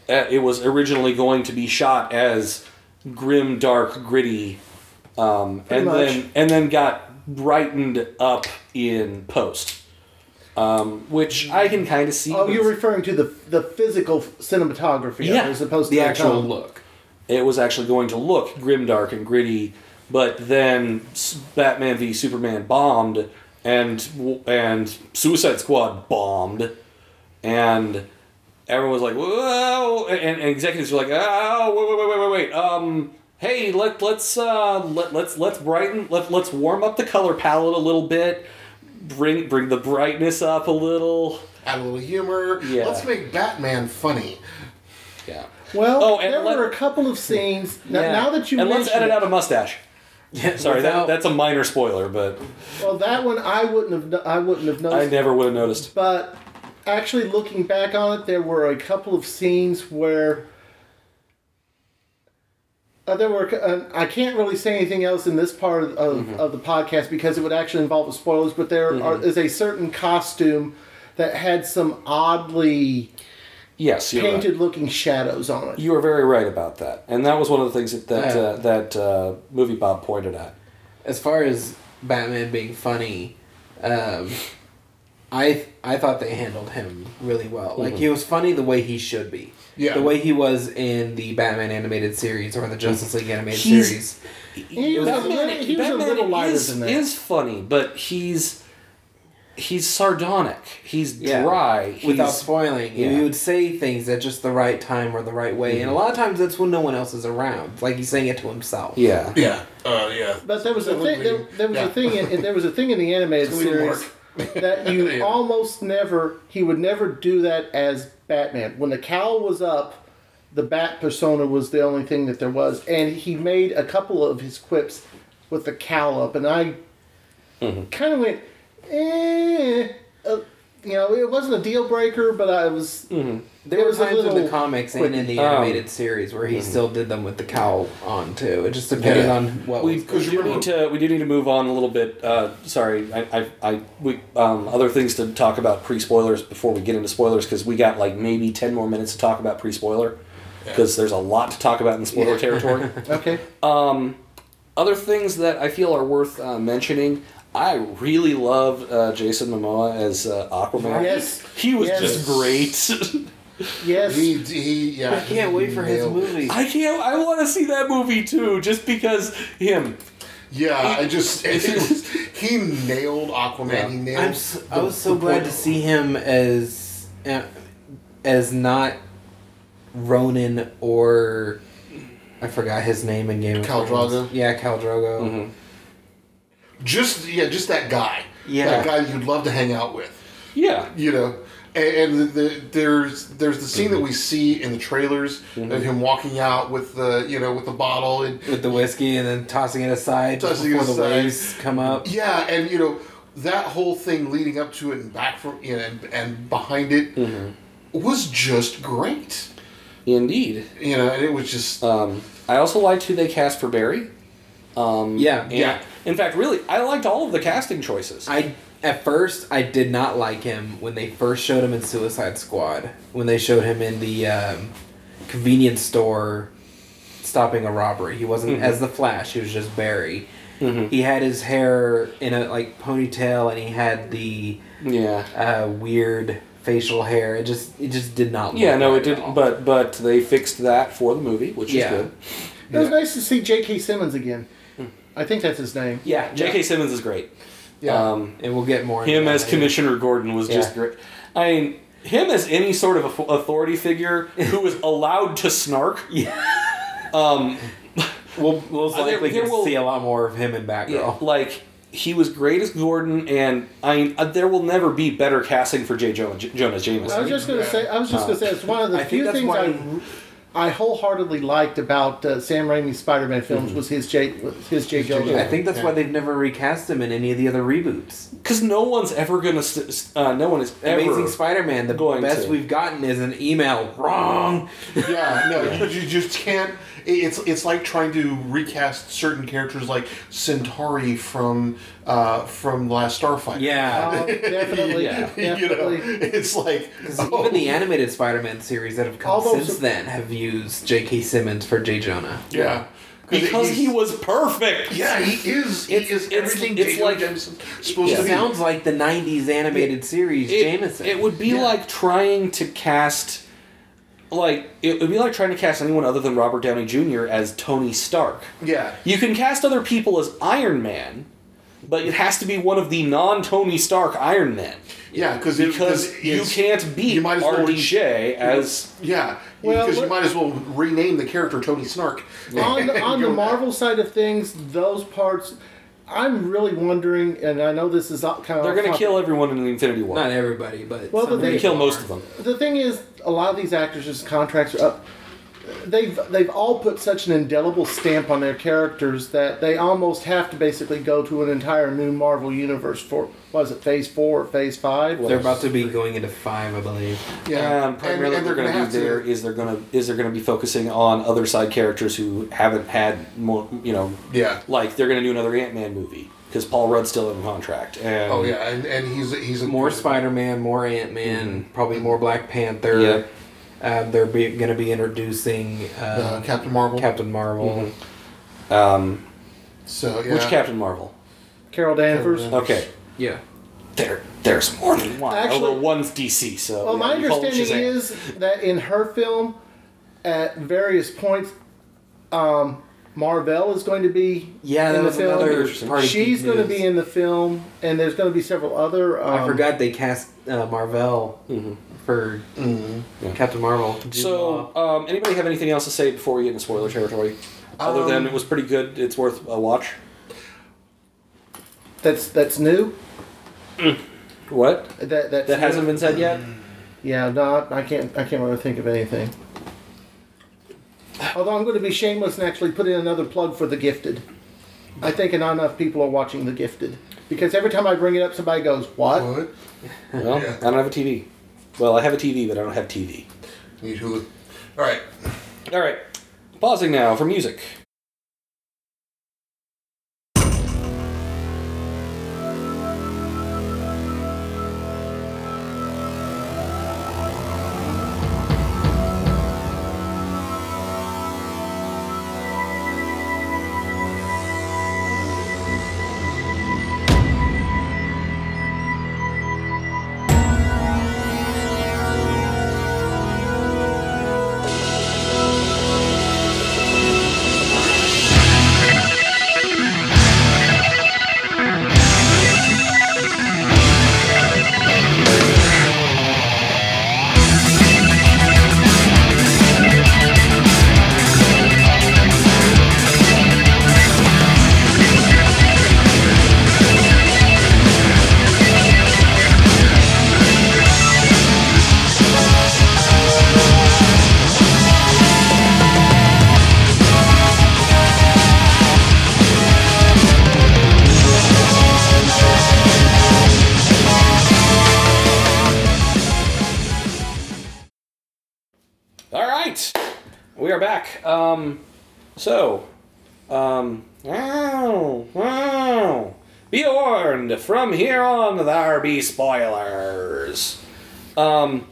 C: uh, it was originally going to be shot as grim, dark, gritty, um,
A: Pretty
C: and
A: much.
C: then and then got brightened up in post. Um, which I can kind of see.
A: Oh,
C: but
A: you're referring to the the physical cinematography
C: Yeah.
A: as opposed to
D: The actual
A: tone.
D: look.
C: it was actually going to look grimdark and gritty, but then S- Batman v Superman bombed, and and Suicide Squad bombed, and everyone was like, "Whoa!" and, and executives were like, "Oh, wait, wait, wait, wait, wait, wait. Um, hey, let let's uh, let let's let's brighten, let let's warm up the color palette a little bit, bring bring the brightness up a little."
B: Add a little humor.
C: Yeah.
B: Let's make Batman funny.
C: Yeah.
A: Well,
C: Oh, and
A: there
C: let-
A: were a couple of scenes. Now,
D: Yeah.
A: now that you
C: and
A: mention
C: let's edit
A: it-
C: out a mustache.
D: Yeah,
C: Sorry, that,
D: without-
C: that's a minor spoiler, but
A: well, that one I wouldn't have kno- I wouldn't have
C: I
A: noticed.
C: never would have noticed.
A: But actually, looking back on it, there were a couple of scenes where uh, there were. Uh, I can't really say anything else in this part of, of, of the podcast because it would actually involve the spoilers. But there are, is a certain costume that had some oddly
C: Yes, you're right.
A: painted-looking shadows on it.
C: You are very right about that, and that was one of the things that that,
D: Yeah.
C: uh, that uh, movie Bob pointed at.
D: as far as Batman being funny, um, I I thought they handled him really well. Like he was funny the way he should be.
B: Yeah.
D: The way he was in the Batman animated series or the Justice League animated
C: He's-
D: series.
A: He was, a
C: Batman,
A: little- he was a
C: Batman
A: little lighter
C: is,
A: than that.
C: is funny, but he's he's sardonic. He's
D: Yeah.
C: dry.
D: Without
C: he's-
D: spoiling,
C: yeah.
D: he would say things at just the right time or the right way, and a lot of times that's when no one else is around. Like he's saying it to himself.
C: yeah.
B: Yeah. Uh, yeah.
A: But there was a
B: That
A: thing.
B: would
A: There,
B: be-
A: there was
B: yeah.
A: a thing. In, there was a thing in the animated
B: It's a little
A: series that you
B: Yeah.
A: almost never. He would never do that as Batman. When the cowl was up, the Bat persona was the only thing that there was, and he made a couple of his quips with the cowl up, and I
B: Mm-hmm.
A: kind of went, eh. Uh, you know, it wasn't a deal breaker, but I was.
B: Mm-hmm.
D: There
A: It
D: were
A: was a
D: times in
A: little
D: the comics
A: quick.
D: and in the
C: Um,
D: animated series where he still did them with the cowl on too. It just depended
B: Yeah.
D: on what
C: We,
D: was
C: we do
B: remember-
C: need to we do need to move on a little bit. Uh, sorry, I, I, I we um, other things to talk about pre spoilers before we get into spoilers because we got like maybe ten more minutes to talk about pre spoiler because there's a lot to talk about in spoiler territory.
A: Okay.
C: Other things that I feel are worth uh, mentioning. I really love uh, Jason Momoa as uh, Aquaman.
A: Yes.
C: he was
A: Yes.
C: just great.
A: Yes.
B: He, he, yeah.
D: I can't
B: he
D: wait for his
B: nailed it.
D: movie.
C: I can't. I want to see that movie too, just because him.
B: Yeah, I just it was, he nailed Aquaman.
C: Yeah.
B: He nailed.
D: I'm s I
B: the-
D: was so
B: the
D: glad
B: point.
D: to see him as uh, as not Ronan or I forgot his name in Game of
B: Khal
D: Thrones.
B: Drogo?
D: Yeah, Cal Drogo.
B: just yeah, just that guy.
D: Yeah.
B: that guy you'd love to hang out with.
C: Yeah,
B: You know, and, and the, the, there's there's the scene that we see in the trailers of him walking out with the you know with the bottle and
D: Mm-hmm. With the whiskey and then tossing it aside just
B: Tossing it
D: before the
B: aside.
D: waves come up.
B: yeah, and you know that whole thing leading up to it and back from you know, and and behind it
D: Mm-hmm.
B: was just great.
C: indeed.
B: You know, and it was just
C: Um, I also liked who they cast for Barry.
D: Yeah.
C: And-
B: Yeah.
C: In fact, really, I liked all of the casting choices.
D: I at first I did not like him when they first showed him in Suicide Squad. When they showed him in the um, convenience store stopping a robbery, he wasn't as the Flash. He was just Barry. He had his hair in a like ponytail, and he had the
C: yeah.
D: uh, weird facial hair. It just it just did not.
C: Yeah,
D: look
C: no,
D: right
C: it
D: at
C: didn't.
D: all.
C: But but they fixed that for the movie, which
D: Yeah.
C: is good.
A: It was
B: Yeah. Hmm.
A: nice to see J.K. Simmons again. I think that's his name.
D: yeah,
C: J.K.
D: yeah.
C: Simmons is great.
B: yeah.
C: Um,
D: and we'll get more into
C: him
D: that
C: as
D: later.
C: Commissioner Gordon was just
D: Yeah.
C: great. I mean, him as any sort of au- authority figure who was allowed to snark.
D: Yeah,
C: Um,
D: we'll most
C: Uh, there-
D: likely
C: there
D: get to
C: will-
D: see a lot more of him in
C: Yeah,
D: Batgirl.
C: like he was great as Gordon, and I mean, uh, there will never be better casting for J. Jonah, J- Jonah
A: I
C: Jameson.
A: was just gonna say. I was just gonna say it's one of the
D: I think
A: few
D: that's
A: things
D: why-
A: I, I wholeheartedly liked about uh, Sam Raimi's Spider-Man films was his J was his J. Jonah.
D: Mm-hmm. I think that's why they've never recast him in any of the other reboots.
C: Because no one's ever gonna, st- st- uh, no one is ever.
D: Amazing Spider-Man, the
C: going
D: best
C: to.
D: we've gotten is an email. Wrong.
B: Yeah, no, You, you just can't. it- It's it's like trying to recast certain characters like Centauri from uh, from Last Starfighter.
A: Oh,
D: Yeah.
A: definitely,
C: Yeah.
B: you know,
A: definitely.
B: it's like
D: Uh, 'Cause
B: oh,
D: Even the animated Spider-Man series that have come
A: Although-
D: since then have used J.K. Simmons for J. Jonah.
B: yeah,
C: because
B: he's-
C: he was perfect.
B: Yeah, he is. He
C: It's-
B: is
C: it's-
B: everything
C: it's
B: J.J.
C: like-
B: Jameson's supposed to
D: It
B: be.
D: sounds like the '90s animated series
C: It-
D: Jameson.
C: It would be
B: Yeah.
C: like trying to cast, like it would be like trying to cast anyone other than Robert Downey Jr. as Tony Stark.
B: yeah,
C: You can cast other people as Iron Man, but it has to be one of the non-Tony Stark Iron Men.
B: yeah, because
C: Because you can't beat
B: you might as well
C: RDJ as
B: Yeah,
A: Well,
B: because
A: look-
B: you might as well rename the character Tony Snark.
A: on the, on the
B: Go-
A: Marvel side of things, those parts, I'm really wondering, and I know this is kind of
C: they're going to kill everyone in the Infinity War.
D: not everybody, but
A: Well,
D: some
A: but they
C: They
D: people
C: kill
D: are.
C: most of them.
A: The thing is, a lot of these actors' contracts are up. They've they've all put such an indelible stamp on their characters that they almost have to basically go to an entire new Marvel universe for was it Phase Four or Phase Five?
D: They're about to be going into five, I believe.
B: Yeah,
C: Um, primarily,
B: and,
C: what
B: and
C: they're going to do
B: have
C: there is they're going to is they're going to be focusing on other side characters who haven't had more, you know,
B: Yeah.
C: like they're going to do another Ant Man movie because Paul Rudd's still in contract. And
B: Oh yeah, and, and he's a- he's a
D: more Spider-Man, more Ant-Man, probably more Black Panther.
C: Mm-hmm. Yeah.
D: Uh, they're be, gonna be introducing
B: uh,
D: uh,
B: Captain Marvel.
D: Captain Marvel.
C: Um,
B: so yeah.
C: Which Captain Marvel?
A: Carol Danvers.
B: Carol
C: Okay.
D: Yeah.
C: there there's more than one.
A: Actually-
C: although one's DC. So
A: Well, my
C: you call it
A: understanding
C: Shazam.
A: is that in her film, at various points, um, Marvel is going to be
D: Yeah, that
A: in the
D: was
A: film.
D: another part of
A: She's
D: geek
A: going to
D: news.
A: be in the film, and there's going to be several other. Um,
D: I forgot they cast uh, Marvel
C: Mm-hmm.
D: for Captain Marvel. Jude
C: So,
D: Law.
C: um, anybody have anything else to say before we get into spoiler territory? Other than
B: Um,
C: it was pretty good, it's worth a watch.
A: That's that's new.
C: What?
A: That that's
C: That hasn't
A: new.
C: been said yet?
A: mm, Yeah, no, I can't. I can't really think of anything. Although I'm going to be shameless and actually put in another plug for The Gifted. I think not enough people are watching The Gifted because every time I bring it up, somebody goes, "What?"
B: What?
C: Well,
B: Yeah.
C: I don't have a TV. Well, I have a TV, but I don't have TV.
B: Need Hulu. All right.
C: All right. Pausing now for music. All right. We are back. Um, so, um, wow, wow. Be warned, from here on, there be spoilers. Um,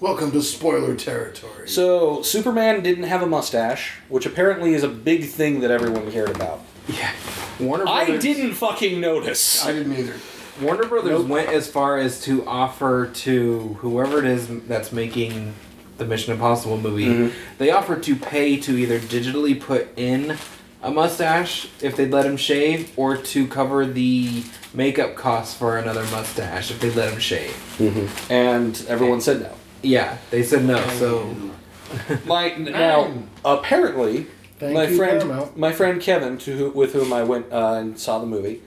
B: Welcome to spoiler territory.
C: so, Superman didn't have a mustache, which apparently is a big thing that everyone cared about.
D: yeah, Warner
C: I
D: Brothers.
C: didn't fucking notice.
B: I didn't either.
D: Warner Brothers went as far as to offer to whoever it is that's making the Mission Impossible movie,
C: Mm-hmm.
D: they offered to pay to either digitally put in a mustache if they'd let him shave, or to cover the makeup costs for another mustache if they'd let him shave.
C: And everyone said no.
D: Yeah, they said no.
C: Mm-hmm.
D: So
C: My now apparently
A: Thank
C: my
A: you,
C: friend
A: Paramount.
C: my friend Kevin to who, with whom I went uh, and saw the movie,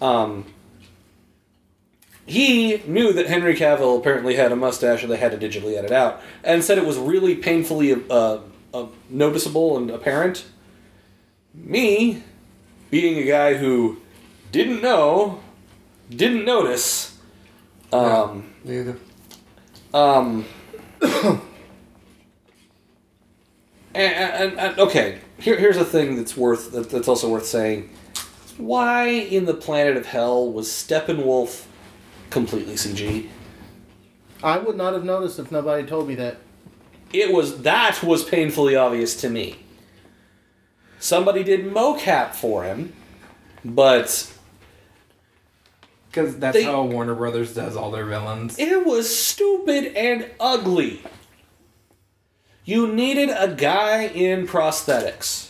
C: um, he knew that Henry Cavill apparently had a mustache and they had to digitally edit out, and said it was really painfully uh, uh, noticeable and apparent. Me, being a guy who didn't know, didn't notice. Um,
B: Neither.
C: um, and, and, and- okay, here, here's a thing that's worth that, that's also worth saying. Why in the planet of hell was Steppenwolf completely CG?
A: I would not have noticed if nobody told me that.
C: It was that was painfully obvious to me. Somebody did mocap for him, but
D: because that's
C: They-
D: how Warner Brothers does all their villains.
C: It was stupid and ugly. You needed a guy in prosthetics.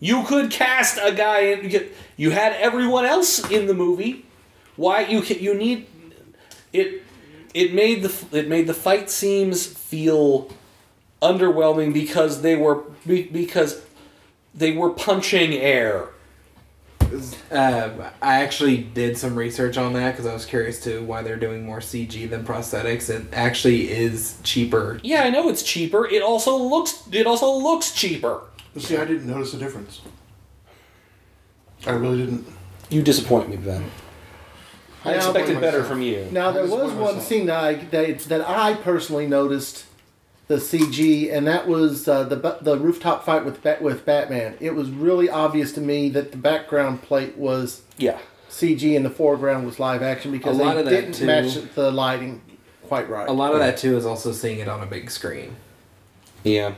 C: You could cast a guy in. you- You had everyone else in the movie. Why you ca- you need it? It made the f- it made the fight scenes feel underwhelming because they were be- because they were punching air.
D: Uh, I actually did some research on that because I was curious to why they're doing more CG than prosthetics. It actually is cheaper.
C: Yeah, I know it's cheaper. It also looks it also looks cheaper.
B: But see, I didn't notice the difference. I really didn't.
C: You disappoint me, Ben. I
A: Now-
C: expected
B: blame
C: better
B: myself.
C: from you.
A: Now
B: I
A: there
B: just
A: was
B: blame
A: one
B: myself.
A: scene that I that, that I personally noticed the CG, and that was uh, the bu- the rooftop fight with Bat- with Batman. It was really obvious to me that the background plate was
C: Yeah.
A: CG and the foreground was live action because
D: A lot
A: they
D: of that,
A: didn't
D: too.
A: match the lighting quite right.
D: A lot of that too is also seeing it on a big screen.
C: Yeah.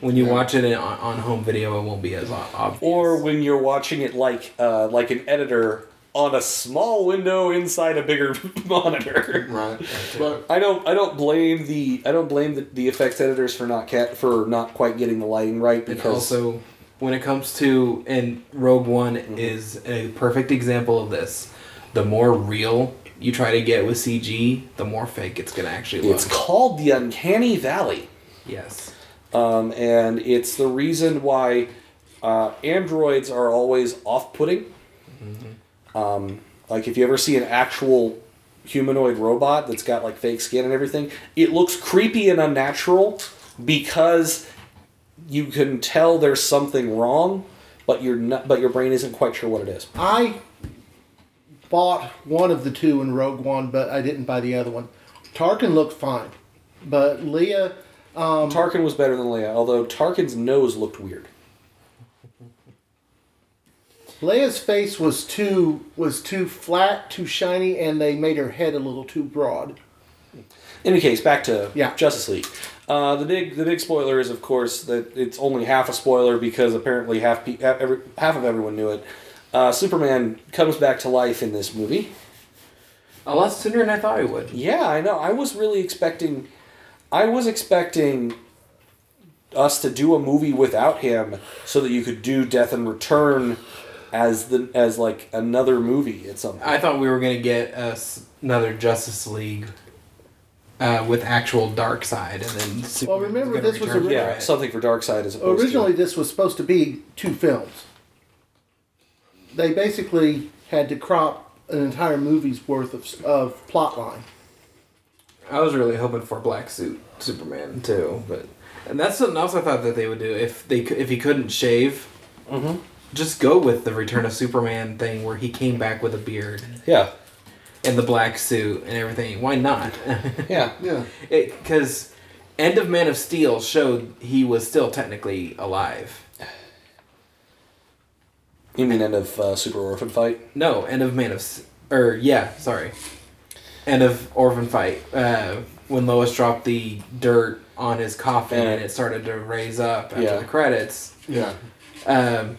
D: When you watch it in, on, on home video, it won't be as o- obvious.
C: Or when you're watching it like uh, like an editor on a small window inside a bigger monitor.
B: Right. But
C: I don't I don't blame the I don't blame the, the effects editors for not cat for not quite getting the lighting right
D: And
C: because
D: also, when it comes to and Rogue One
C: Mm-hmm.
D: is a perfect example of this. The more real you try to get with CG, the more fake it's gonna actually look.
C: it's called the uncanny valley.
D: yes.
C: Um, and it's the reason why uh, androids are always off-putting. Um, like if you ever see an actual humanoid robot that's got like fake skin and everything, it looks creepy and unnatural because you can tell there's something wrong, but you're not, but your brain isn't quite sure what it is.
A: I bought one of the two in Rogue One, but I didn't buy the other one. Tarkin looked fine, but Leia,
C: Um, Tarkin was better than Leia, although Tarkin's nose looked weird.
A: Leia's face was too was too flat, too shiny, and they made her head a little too broad.
C: In any case, back to
A: Yeah.
C: Justice League. Uh, the big the big spoiler is of course that it's only half a spoiler because apparently half pe- half, every, half of everyone knew it. Uh, Superman comes back to life in this movie.
D: A lot sooner than I thought it would.
C: Yeah, I know. I was really expecting, I was expecting us to do a movie without him so that you could do Death and Return as the as like another movie at some point.
D: I thought we were gonna get us another Justice League uh, with actual Dark Side, and then Superman's
A: remember,
D: gonna
A: this was
D: return to
C: yeah,
D: it.
C: something for Darkseid as opposed
A: Originally,
C: to
A: this was supposed to be two films. They basically had to crop an entire movie's worth of, of plot line.
D: I was really hoping for black suit Superman too, but and that's something else I thought that they would do if they cou- if he couldn't shave. Just go with the Return of Superman thing where he came back with a beard
C: yeah
D: and the black suit and everything. Why not?
C: yeah
B: yeah,
D: Because End of Man of Steel showed he was still technically alive.
C: You mean end of uh, Super Orphan Fight?
D: No, End of Man of S- or yeah, sorry, End of Orphan Fight. Uh, when Lois dropped the dirt on his coffin
C: Yeah.
D: and it started to raise up after
C: Yeah.
D: the credits.
B: yeah.
D: um,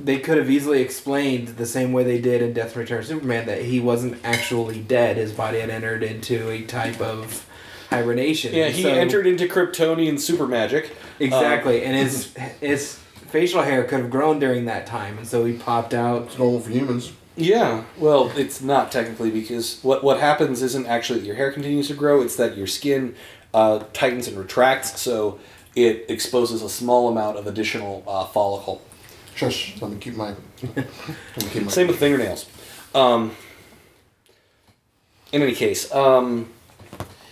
D: they could have easily explained the same way they did in Death and Return of Superman that he wasn't actually dead. His body had entered into a type of hibernation.
C: Yeah, he
D: So-
C: entered uh, into Kryptonian Um, super magic.
D: exactly, and his his facial hair could have grown during that time, and so he popped out.
B: It's normal for humans.
C: Yeah, well, it's not technically because what what happens isn't actually that your hair continues to grow; it's that your skin uh, tightens and retracts, so it exposes a small amount of additional uh, follicle.
B: Shush. Let me keep my. Let me keep my
C: Same with fingernails. Um, in any case, um,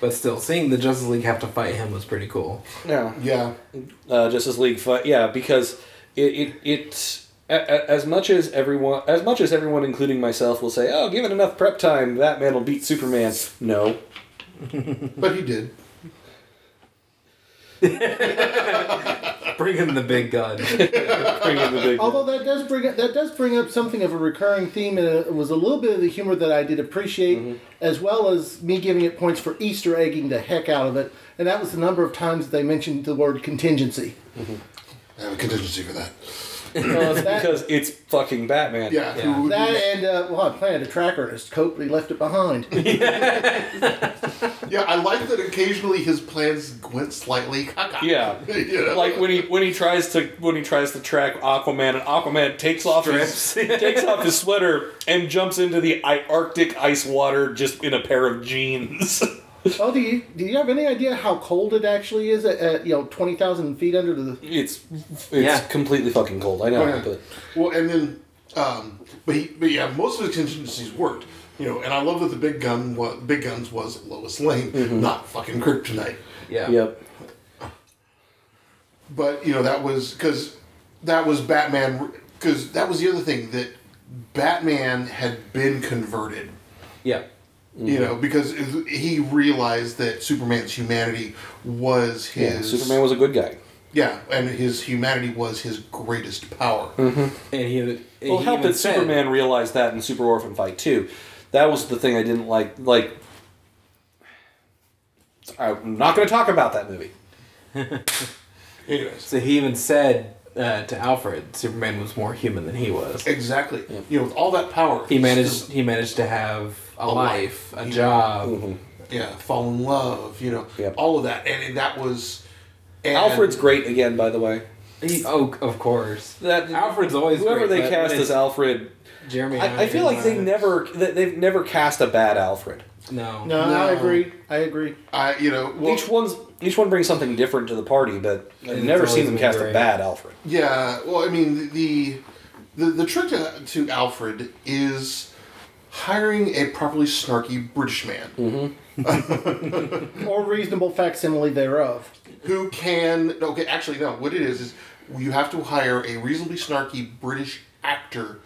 D: But still, seeing the Justice League have to fight him was pretty cool.
C: yeah.
B: Yeah.
C: uh, Justice League fight. Yeah, because it it, it a, a, as much as everyone as much as everyone, including myself, will say, "Oh, given enough prep time, Batman will beat Superman." No,
B: But he did.
D: Bring him the big gun.
C: bring in the big.
A: Although that does bring up, that does bring up something of a recurring theme, and it was a little bit of the humor that I did appreciate,
C: Mm-hmm.
A: as well as me giving it points for Easter egging the heck out of it. And that was the number of times they mentioned the word contingency.
B: I have a contingency for that.
C: no, Oh, it's
A: that-
C: because it's fucking Batman.
B: Yeah.
D: Yeah.
B: Who would
A: That
B: be-
A: and uh, well, I planned a tracker in his coat, but he left it behind.
B: yeah. I like that occasionally his plans went slightly caca.
C: Yeah.
B: You know?
C: Like when he when he tries to when he tries to track Aquaman and Aquaman takes off his, takes off his sweater and jumps into the I- Arctic ice water just in a pair of jeans.
A: oh, do you do you have any idea how cold it actually is at, at you know twenty thousand feet under the?
C: it's it's
D: Yeah.
C: completely fucking cold. I know,
B: Yeah.
C: but
B: Well, and then, um, but he, but yeah, most of his contingencies worked. You know, and I love that the big gun, what big guns was Lois Lane,
C: Mm-hmm.
B: not fucking Kryptonite.
D: Yeah.
C: yep.
B: But you know that was because that was Batman. Because that was the other thing that Batman had been converted.
D: Yeah.
C: Mm-hmm.
B: You know, because he realized that Superman's humanity was his.
C: Yeah, Superman was a good guy.
B: Yeah, and his humanity was his greatest power.
C: Mm-hmm.
D: And he. and
C: Well,
D: he
C: help
D: even
C: that
D: said-
C: Superman realized that in Super Orphan Fight too. That was the thing I didn't like. Like, I'm not going to talk about that movie.
B: Anyways,
D: So he even said uh, to Alfred, Superman was more human than he was.
B: Exactly. You know, with all that power,
D: He managed
B: still-
D: he managed to have a,
B: A
D: life, Mm-hmm.
B: life.
D: a
B: Yeah.
D: job.
B: yeah, fall in love. You know,
C: Yep.
B: all of that, and, and that was. And
C: Alfred's great again, by the way.
D: He, oh, of course.
C: That
D: Alfred's always
C: whoever
D: great,
C: they
D: but
C: cast
D: when
C: as
D: it's
C: Alfred.
D: Jeremy.
C: I, I feel like they
D: Irons- uh,
C: never they- they've never cast a bad Alfred.
D: No.
A: No, I
B: No.
A: agree. I agree.
B: I you know well,
C: each one's each one brings something different to the party, but I've
D: It's
C: never seen
D: always
C: them
D: been
C: cast a
D: great.
C: bad Alfred.
B: yeah. Well, I mean the the the trick to, to Alfred is hiring a properly snarky British man
C: Mm-hmm.
A: Or reasonable facsimile thereof.
B: who can okay actually no what it is is you have to hire a reasonably snarky British actor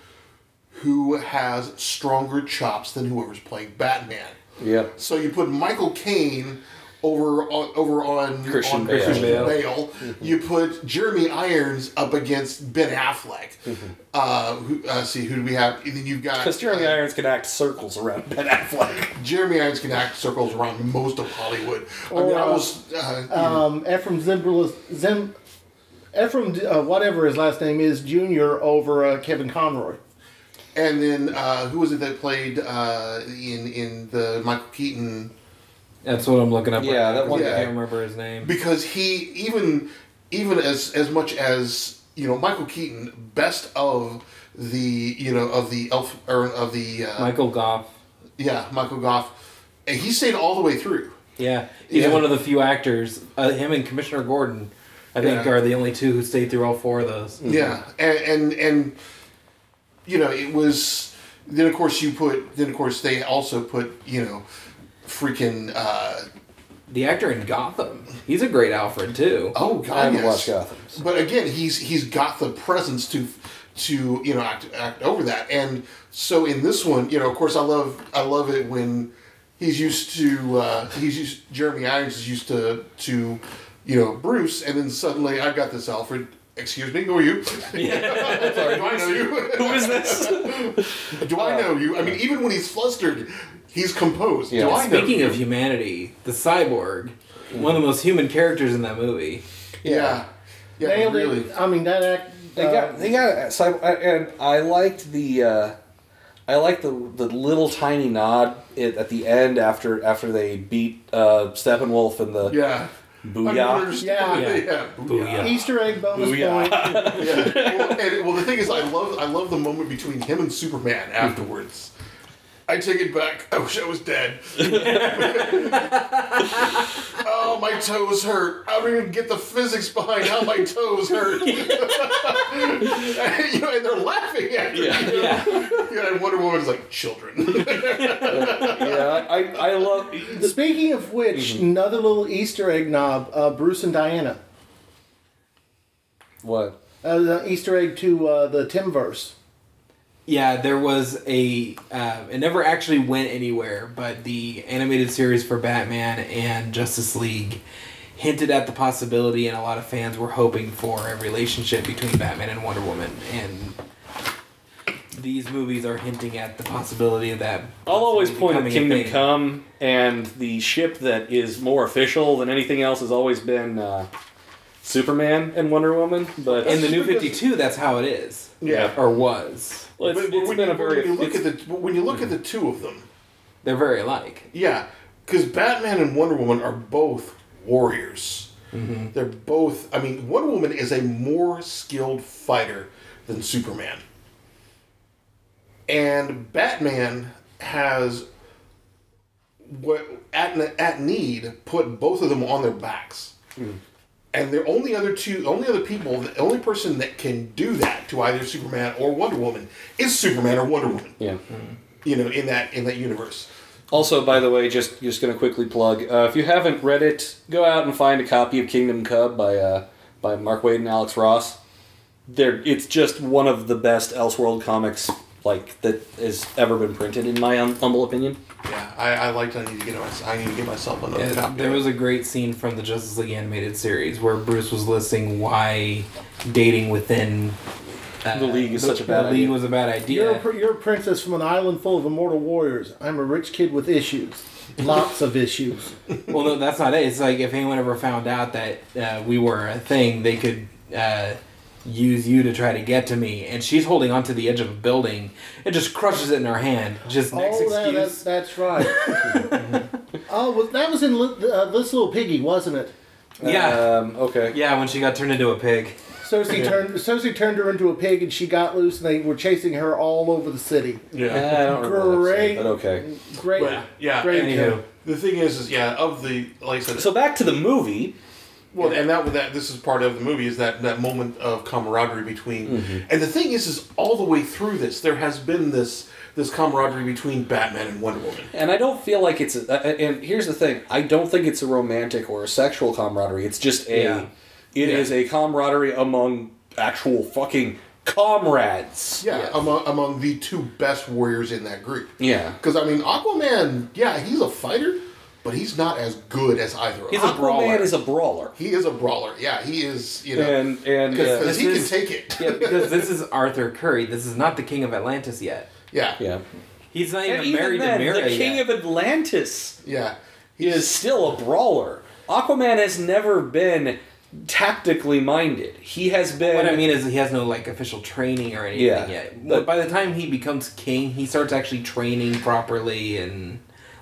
B: who has stronger chops than whoever's playing Batman.
C: Yeah.
B: So you put Michael Caine over on, over on
C: Christian
B: on
C: Bale.
B: Christian
D: Bale.
B: Bale. You put Jeremy Irons up against Ben Affleck. Uh, who, uh, see who do we have? And then you've got
C: Because Jeremy
B: uh,
C: Irons can act circles around Ben Affleck.
B: Jeremy Irons can act circles around most of Hollywood. I mean,
A: Or,
B: I
A: uh,
B: was uh,
A: Um, Ephraim Zimbalist, Zim, Ephraim, uh, whatever his last name is, Junior over uh, Kevin Conroy.
B: and then uh, who was it that played uh, in in the Michael Keaton?
D: That's what I'm looking up.
C: Yeah,
D: now,
C: that
D: 'cause
C: one
D: I
B: guy.
D: can't remember his name.
B: because he even even as as much as you know Michael Keaton best of the you know of the elf or of the uh,
D: Michael Goff.
B: yeah Michael Goff and he stayed all the way through
D: Yeah, he's
B: Yeah.
D: one of the few actors. Uh, him and Commissioner Gordon, I think,
B: Yeah.
D: are the only two who stayed through all four of those.
B: yeah and, and and you know it was then of course you put then of course they also put you know freaking uh,
D: The actor in Gotham, he's a great Alfred too.
B: oh
C: I
B: god
C: haven't
B: yes.
C: watched Gotham. so-
B: But again, he's he's got the presence to to you know act, act over that, and so in this one, you know, of course, I love I love it when he's used to uh, he's used Jeremy Irons is used to to you know Bruce, and then suddenly I got this Alfred. Excuse me, who are you? Do I know you?
C: Who is this?
B: Do
C: Uh,
B: I know you? I mean, even when he's flustered, he's composed.
C: Yeah.
B: Do I know?
D: Speaking
B: you?
D: of humanity, the cyborg, one of the most human characters in that movie.
B: yeah, yeah,
A: Nailed it.
B: really.
A: I mean, that act.
C: They got they got so I, and I liked the uh, I liked the the little tiny nod it, at the end after after they beat uh, Steppenwolf and the
B: Yeah. I don't
C: booyah.
B: understand.
A: Yeah.
B: yeah.
D: Booyah.
A: uh, Easter egg bonus
C: Booyah.
A: point.
B: Yeah. Well, and, well, the thing is, I love I love the moment between him and Superman afterwards. I take it back. I wish I was dead. oh, my toes hurt. I don't even get the physics behind how my toes hurt. and, you know, and they're laughing at you.
C: Yeah.
B: you know? Yeah, and Wonder Woman's like children.
C: Yeah, I, I love
A: Speaking of which, another little Easter egg knob, uh, Bruce and Diana.
C: what
A: Uh, the Easter egg to uh, the Timverse.
D: Yeah, there was a. Uh, it never actually went anywhere, but the animated series for Batman and Justice League hinted at the possibility, and a lot of fans were hoping for a relationship between Batman and Wonder Woman. And these movies are hinting at the possibility of that.
C: I'll always
D: possibly
C: point at
D: becoming
C: Kingdom
D: a thing.
C: Come, and the ship that is more official than anything else has always been uh, Superman and Wonder Woman. But
D: In the New
B: Because-
D: 52, that's how it is.
B: Yeah.
D: Or was.
C: well, it's,
B: But- but
C: it's
B: when
C: been
B: you-
C: a very
B: when you look
C: it's-
B: at the but when you look at the two of them,
D: They're very alike.
B: Yeah, because Batman and Wonder Woman are both warriors. They're both. I mean, Wonder Woman is a more skilled fighter than Superman, and Batman has what at at need put both of them on their backs. And the only other two, only other people, the only person that can do that to either Superman or Wonder Woman is Superman or Wonder Woman.
C: yeah.
B: You know, in that in that universe.
C: Also, by the way, just just gonna quickly plug. Uh, if you haven't read it, go out and find a copy of Kingdom Cub by uh, by Mark Waid and Alex Ross. There, it's just one of the best Elseworld comics like that has ever been printed, in my hum- humble opinion.
B: Yeah, I, I liked. I need to get. my- I need to get myself another
D: Yeah,
B: copy.
D: there
B: of it.
D: was a great scene from the Justice League animated series where Bruce was listing why dating within uh,
C: The League is
D: the-
C: such a bad
D: the League
C: idea.
D: was a bad
A: You're, a,
D: idea.
A: pr- you're a princess from an island full of immortal warriors. I'm a rich kid with issues. Lots of issues.
D: well, no, that's not it. It's like if anyone ever found out that uh, we were a thing, they could uh, use you to try to get to me, and she's holding onto the edge of a building and just crushes it in her hand. Just next
A: oh, that, that's,
D: excuse.
A: that's right. oh, well, that was in Li- uh, this little piggy, wasn't it?
D: yeah,
C: Um, okay.
D: yeah. When she got turned into a pig.
A: Cersei turned Cersei turned her into a pig, and she got loose, and they were chasing her all over the city.
B: Yeah.
C: I don't remember that scene,
A: Great.
C: but okay.
A: Great,
B: But, yeah,
A: great.
D: Anywho.
A: job.
B: The thing is, is yeah, of the like I said,
C: So back to the movie.
B: well, and that that this is part of the movie is that that moment of camaraderie between,
D: Mm-hmm.
B: and the thing is, is all the way through this there has been this this camaraderie between Batman and Wonder Woman.
C: And I don't feel like it's. A, uh, and here's the thing: I don't think it's a romantic or a sexual camaraderie. It's just a.
D: Yeah.
C: it
B: Yeah.
C: is a camaraderie among actual fucking comrades.
B: Yeah, Um, among among the two best warriors in that group.
C: Yeah.
B: Because I mean, Aquaman, yeah, he's a fighter, but he's not as good as either of
D: He's
B: them.
D: a brawler.
C: Aquaman is a brawler.
B: He is a brawler. Yeah, he is. You know,
C: And and uh,
B: because
C: yeah.
D: this
B: he
D: is-
B: can take it.
D: Yeah, because this is Arthur Curry. This is not the King of Atlantis yet.
B: yeah, yeah.
C: yeah.
D: He's not even
C: And
D: married
C: even then,
D: to Mira
C: the King
D: yet.
C: of Atlantis
B: He's-
C: is still a brawler. Aquaman has never been tactically minded. He has been.
D: what I mean is he has no like official training or anything
C: Yeah,
D: yet.
C: but-
D: By the time he becomes king, he starts actually training properly and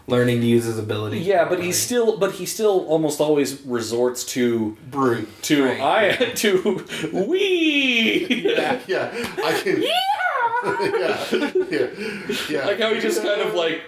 D: learning to use his ability.
C: Yeah, but he's still. But he still almost always resorts to
B: Brew.
C: to
D: Right.
C: I to we.
B: Yeah, yeah. I can. yeah, yeah, yeah.
C: like how he just kind of like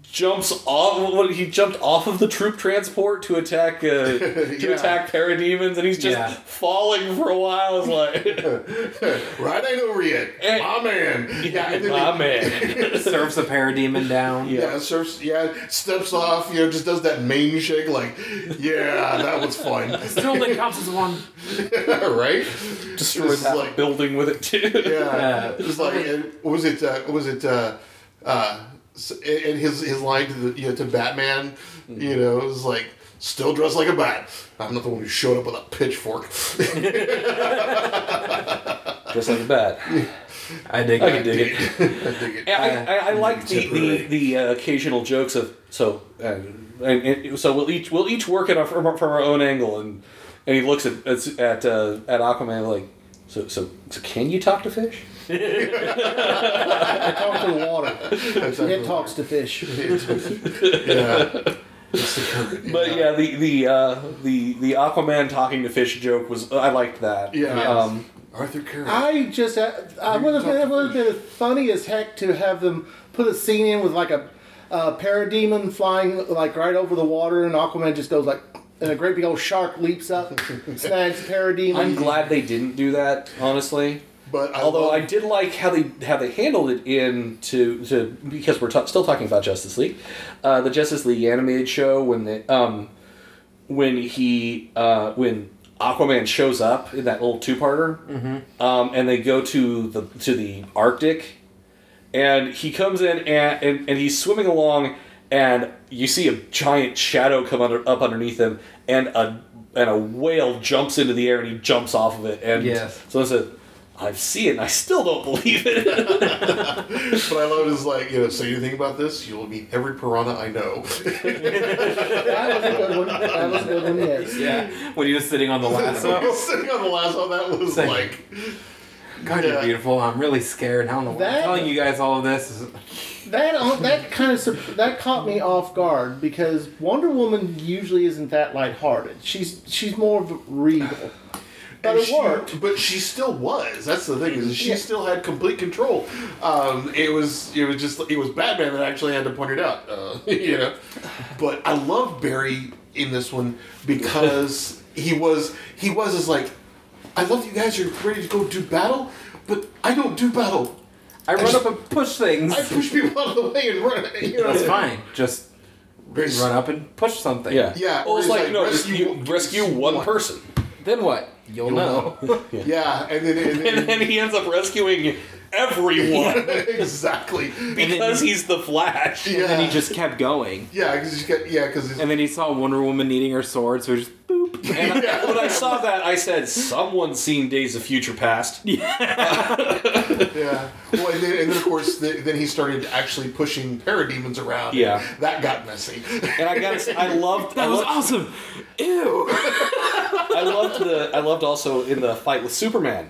C: jumps off. What he jumped off of the troop transport to attack uh, to
B: Yeah.
C: attack parademons, and he's just
D: Yeah.
C: falling for a while. It's like
B: right ain't over yet.
C: Eh.
B: My man. Yeah, and then
C: my
B: he-
C: man.
D: serves a parademon down.
C: Yeah.
B: Yeah, surfs. Yeah, steps off. You know, just does that main shake. Like, yeah, that was fun.
D: Still the council's one.
B: right?
C: Destroys
B: It's
C: half
B: like-
C: a building with it too.
B: Yeah,
D: Yeah.
B: it was like it, what was it? Uh, what was it? Uh, uh, s- and his his line to the you know to Batman,
C: Mm-hmm.
B: you know, it was like still dressed like a bat. I'm not the one who showed up with a pitchfork.
C: Just like that.
D: I dig
C: I can
D: it.
C: dig it.
B: I dig it.
C: Yeah, I, I, I like the the, the uh, occasional jokes of so uh, and, and- so we'll each we'll each work it our, from, our- from our own angle and and he looks at at at, uh, at Aquaman like so so so can you talk to fish?
A: I talk to the water.
B: That's
A: it talks to fish.
B: yeah.
C: But yeah, the the uh, the the Aquaman talking to fish joke was I liked that.
B: Yeah.
C: Um,
B: Arthur Curry.
A: I just, uh, I would have been, it would have been funny as heck to have them put a scene in with like a, uh parademon flying like right over the water, and Aquaman just goes like, and a great big old shark leaps up, snags parademon.
C: I'm glad they didn't do that. Honestly.
B: but I
C: Although
B: love-
C: I did like how they how they handled it in to to because we're ta- still talking about Justice League, uh, the Justice League animated show when they um when he uh, when Aquaman shows up in that little two parter,
B: Mm-hmm.
C: um, and they go to the to the Arctic, and he comes in and and, and he's swimming along, and you see a giant shadow come under, up underneath him, and a and a whale jumps into the air and he jumps off of it, and
D: Yes.
C: so I said. I see it and I still don't believe it.
B: but I love is like you know. Say anything about this, you'll meet every piranha I know.
A: That was a good one. That was a good one. Yes.
D: Yeah. When he was sitting on the lasso.
B: Sitting on the lasso, that was
D: Same.
B: like
D: God,
B: Yeah.
D: you're beautiful. I'm really scared. I don't know why
A: That-
D: I'm telling you guys all of this.
A: That uh, that kind of sur- that caught me off guard because Wonder Woman usually isn't that lighthearted. She's she's more of a readable. But
B: And
A: it
B: she-
A: worked.
B: But she still was. That's the thing is she
A: Yeah.
B: still had complete control. Um, it was it was just it was Batman that actually had to point it out. Uh, you know, but I love Barry in this one because he was he was as like, I love you guys. You're ready to go do battle, but I don't do battle.
D: I run up and push things.
B: I push people out of the way and run. You know,
D: That's fine. Just
B: Res-
D: run up and push something.
B: Yeah,
C: Well, it's
B: or it's
C: like,
B: like
C: no,
B: rescue
C: rescue,
B: one-
C: rescue one,
B: one.
C: person.
D: Then what? You'll, know.
B: Yeah, and then and then
C: And then he ends up rescuing everyone
B: exactly.
C: because he's the Flash.
B: Yeah.
D: And then he just kept going.
B: Yeah, because he's got yeah, because
D: And then he saw Wonder Woman needing her sword, so he just boop.
C: And I, when I saw that, I said, "Someone's seen Days of Future Past."
B: yeah. Well, and then, and then of course, the, then he started actually pushing parademons around. and
C: Yeah.
B: that got messy.
C: And I got, I loved, I
D: That was
C: loved,
D: awesome. Ew.
C: I loved the, I loved also in the fight with Superman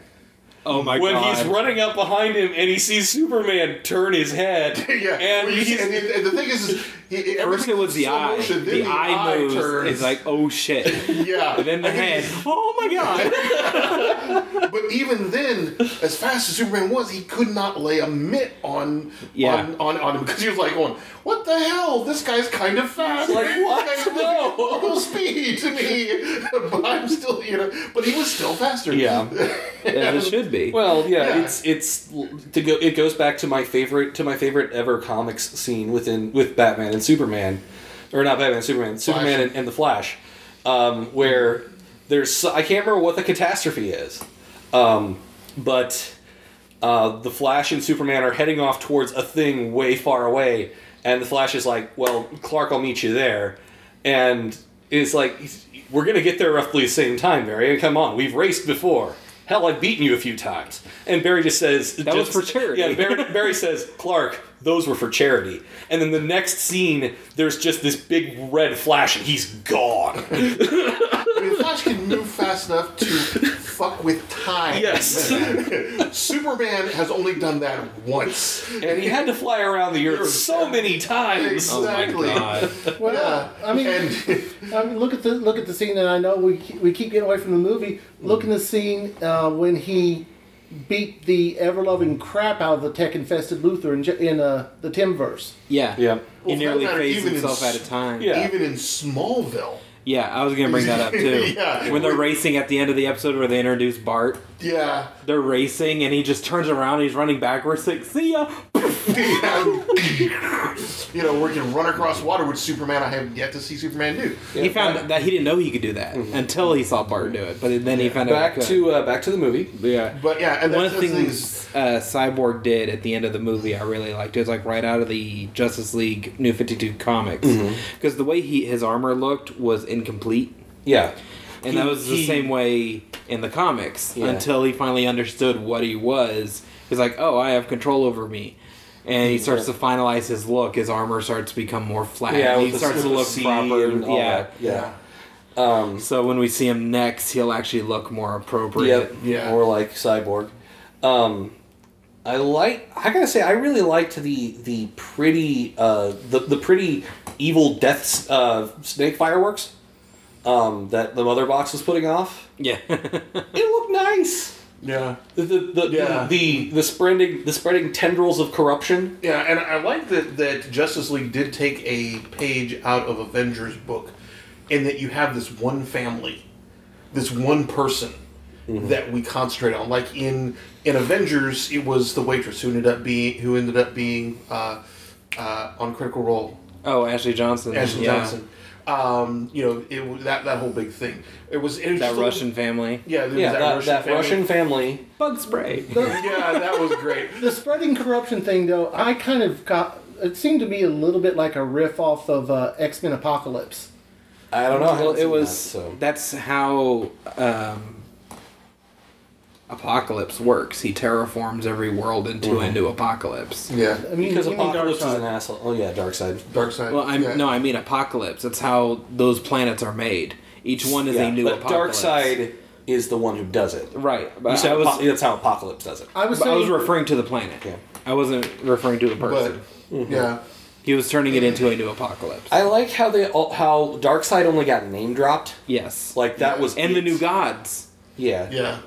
D: Oh my
C: when
D: god.
C: he's running up behind him and he sees Superman turn his head.
B: yeah,
C: and
B: Well, you see-
C: he's,
B: and, the- and the thing is, is he, he-
D: First
B: everything
D: it was the
B: slow
D: eye.
B: motion, then
D: the eye, moves.
B: turns.
D: It's like, oh shit.
B: yeah,
D: And then the
B: I mean,
D: head. Oh my god.
B: But even then, as fast as Superman was, he could not lay a mitt on
D: Yeah.
B: on, on, on him because he was like going, "What the hell? This guy's kind of fast.
C: Like,
B: This
C: what?
B: guy's
C: No."
B: moving normal speed to me, but I'm still, you know, but he was still faster.
C: Yeah.
D: As it should be.
C: Well, yeah,
B: Yeah.
C: it's it's to go. It goes back to my favorite to my favorite ever comics scene within with Batman and Superman, or not Batman, Superman, Superman and, and the Flash, um, where there's so- I can't remember what the catastrophe is, um, but uh, the Flash and Superman are heading off towards a thing way far away, and the Flash is like, "Well, Clark, I'll meet you there," and it's like, "We're gonna get there roughly the same time, Barry. And come on, we've raced before. Hell, I've beaten you a few times." And Barry just says, "That
D: was for charity.
C: Yeah, Barry, Barry says, "Clark, those were for charity." And then the next scene, there's just this big red flash, and he's gone.
B: I mean, Flash can move fast enough to fuck with time.
C: yes.
B: Superman has only done that once.
C: And he had to fly around the earth so many times.
B: Exactly.
D: Oh God.
A: Well, I mean,
B: and
A: I mean, look at the look at the scene, and I know we we keep getting away from the movie. Look in the scene uh, when he beat the ever loving crap out of the tech infested Luther in, J- in uh, the Timverse.
D: Yeah.
C: Yeah.
D: He
B: Well, for that
D: nearly
B: matter,
D: phased
B: even in
D: himself
B: s-
D: at a time.
C: Yeah.
B: even in Smallville.
D: Yeah, I was gonna bring that up too.
B: Yeah.
D: When they're racing at the end of the episode where they introduce Bart,
B: Yeah.
D: they're racing and he just turns around, he's running backwards, like, see ya!
B: you know, where he can run across water, which Superman I have yet to see Superman do.
D: he found that he didn't know he could do that until he saw Bart do it, but then he found out.
C: Mm-hmm. Back
D: he could.
C: to uh, back to the movie.
D: yeah.
B: But yeah, and
D: One
B: that's,
D: of the
B: that's the thing
D: things uh, Cyborg did at the end of the movie I really liked. It was like right out of the Justice League New 52 comics.
C: Mm-hmm.
D: Because the way he his armor looked was incomplete.
C: Yeah.
D: And
C: He-
D: that was the
C: he-
D: same way in the comics
C: Yeah.
D: until he finally understood what he was. He's like, oh, I have control over me. And
C: Mm-hmm.
D: he starts to finalize his look. His armor starts to become more flat.
C: Yeah,
D: and
C: with
D: he
C: the
D: starts to
C: with the
D: look
C: sea
D: proper.
C: and all
D: yeah.
C: that. yeah,
D: So when we see him next, he'll actually look more appropriate.
C: Yep.
B: Yeah.
C: Or like Cyborg. Um, I like. I gotta say, I really liked the the pretty uh, the the pretty evil death uh, snake fireworks um, that the mother box was putting off.
D: Yeah.
C: It looked nice.
B: Yeah.
C: The the the,
B: Yeah.
C: the, the spreading the spreading tendrils of corruption.
B: Yeah, and I like that that Justice League did take a page out of Avengers book, in that you have this one family, this one person that we concentrate on. Like in in Avengers, it was the waitress who ended up being who ended up being uh, uh, on Critical Role
D: Oh, Ashley Johnson.
B: Ashley
D: yeah.
B: Johnson. Um, you know, it was that that whole big thing. It was it was
D: That
B: just a-
D: Russian family.
B: Yeah, there
C: Yeah,
B: was
C: that,
B: that, Russian, family.
C: that Russian family.
D: Bug spray.
B: Yeah, that was great.
A: The spreading corruption thing, though, I kind of got. It seemed to be a little bit like a riff off of uh, X Men Apocalypse.
C: I don't know.
D: Well, it was.
C: so.
D: That's how um, Apocalypse works. He terraforms every world into a new Apocalypse.
B: Yeah,
A: I mean,
C: because
A: you mean
C: Apocalypse is
A: Darkseid.
C: an asshole. Oh yeah, Dark Side.
B: Dark Side.
D: Well, I'm,
B: yeah.
D: no, I mean Apocalypse. That's how those planets are made. Each one is
C: yeah,
D: a new
C: but Dark
D: Apocalypse.
C: Side is the one who does it.
D: Right.
C: You
D: But
C: said
D: I was,
C: Apo- that's how Apocalypse does it.
A: I was
D: but I
A: saying,
D: was referring to the planet.
C: Yeah.
D: I wasn't referring to the
B: but
D: person. Mm-hmm.
B: yeah,
D: he was turning it into a new Apocalypse.
C: I like how they all, how Dark Side only got name dropped.
D: yes.
C: Like that was
D: and the
C: it.
D: new gods.
C: Yeah.
B: yeah,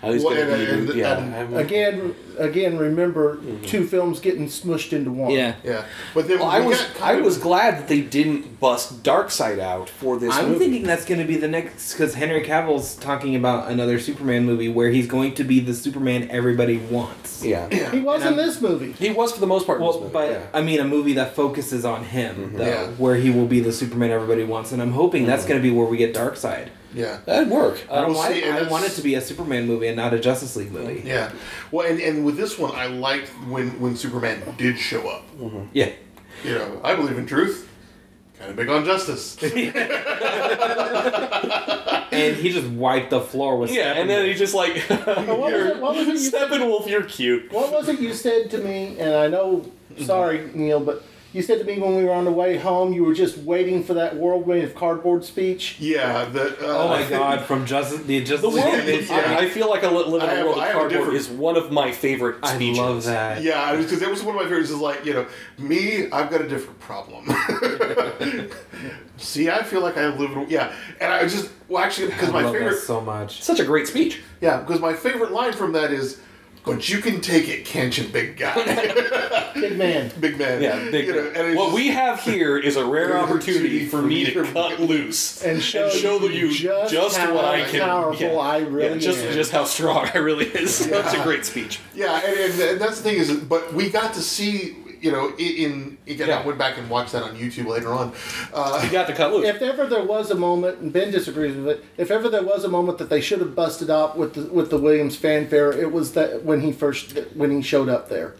C: How he's
B: Well,
C: gonna
B: and-
C: be-
B: and-
C: yeah.
B: and-
C: I'm-
A: Mm-hmm. again, again, remember
E: Mm-hmm.
A: two films getting smushed into one.
D: Yeah.
B: yeah. But then
C: well, I
B: we
C: was
B: got
C: I
B: kind of-
C: was glad that they didn't bust Dark Side out for this
D: I'm
C: movie.
F: thinking that's going to be the next because Henry Cavill's talking about another Superman movie where he's going to be the Superman everybody wants.
C: yeah.
A: He was
F: And
A: in
F: I'm-
A: this movie.
C: He was for the most part. in this
F: Well,
C: movie,
F: but
C: yeah. Mm-hmm.
F: I mean, a movie that focuses on him, though,
B: Yeah.
F: where he will be the Superman everybody wants, and I'm hoping that's going to be where we get Darkseid.
B: Yeah.
C: That'd work.
E: I,
C: Uh,
B: don't
E: want,
B: see- and
E: I want it
B: it's-
E: to be a Superman movie and not a Justice League movie.
C: Mm-hmm.
B: Yeah. Well, and, and with this one, I liked when, when Superman did show up.
E: Yeah.
B: You know, I believe in truth. Kind of big on justice.
E: And he just wiped the floor with
C: yeah, and then he just like
A: Now, what, was it, what, was it you,
C: Steppenwolf, you're cute.
A: what was it you said to me? And I know,
E: Mm-hmm.
A: sorry, Neil, but you said to me when we were on the way home, you were just waiting for that whirlwind of cardboard speech.
B: yeah. The, uh,
E: Oh my god, from Justice the Justice
C: The world.
E: League movie.
B: Yeah.
C: I, I feel like I li- live in
B: I have-
C: a world
B: I
C: of
B: have a
C: cardboard
B: different-
C: is one of my favorite
E: I
C: speeches.
E: love that.
B: Yeah, because that was one of my favorites. Is like you know, me, I've got a different problem. See, I feel like I live. In, yeah, and I just well, actually,
E: I
B: because my
E: love
B: favorite.
E: that so much.
C: Such a great speech.
B: Yeah, because my favorite line from that is, "But you can take it, can't you, big guy,
A: Big man.
B: big man?"
C: Yeah, big.
B: You know, and it's
C: what
B: just-
C: we have here is a rare opportunity for me to cut loose
A: And show
C: that you
A: just
C: just,
A: how
C: what I can.
A: powerful
C: yeah.
A: I really
C: yeah, just
A: am.
C: just how strong I really is. That's a great speech.
B: Yeah, and, and, and that's the thing is, but we got to see. You know, i- in again,
C: Yeah.
B: I went back and watched that on YouTube later on. Uh,
C: You got to cut loose.
A: If ever there was a moment, and Ben disagrees with it, if ever there was a moment that they should have busted up with the with the Williams fanfare, it was that when he first when he showed up there.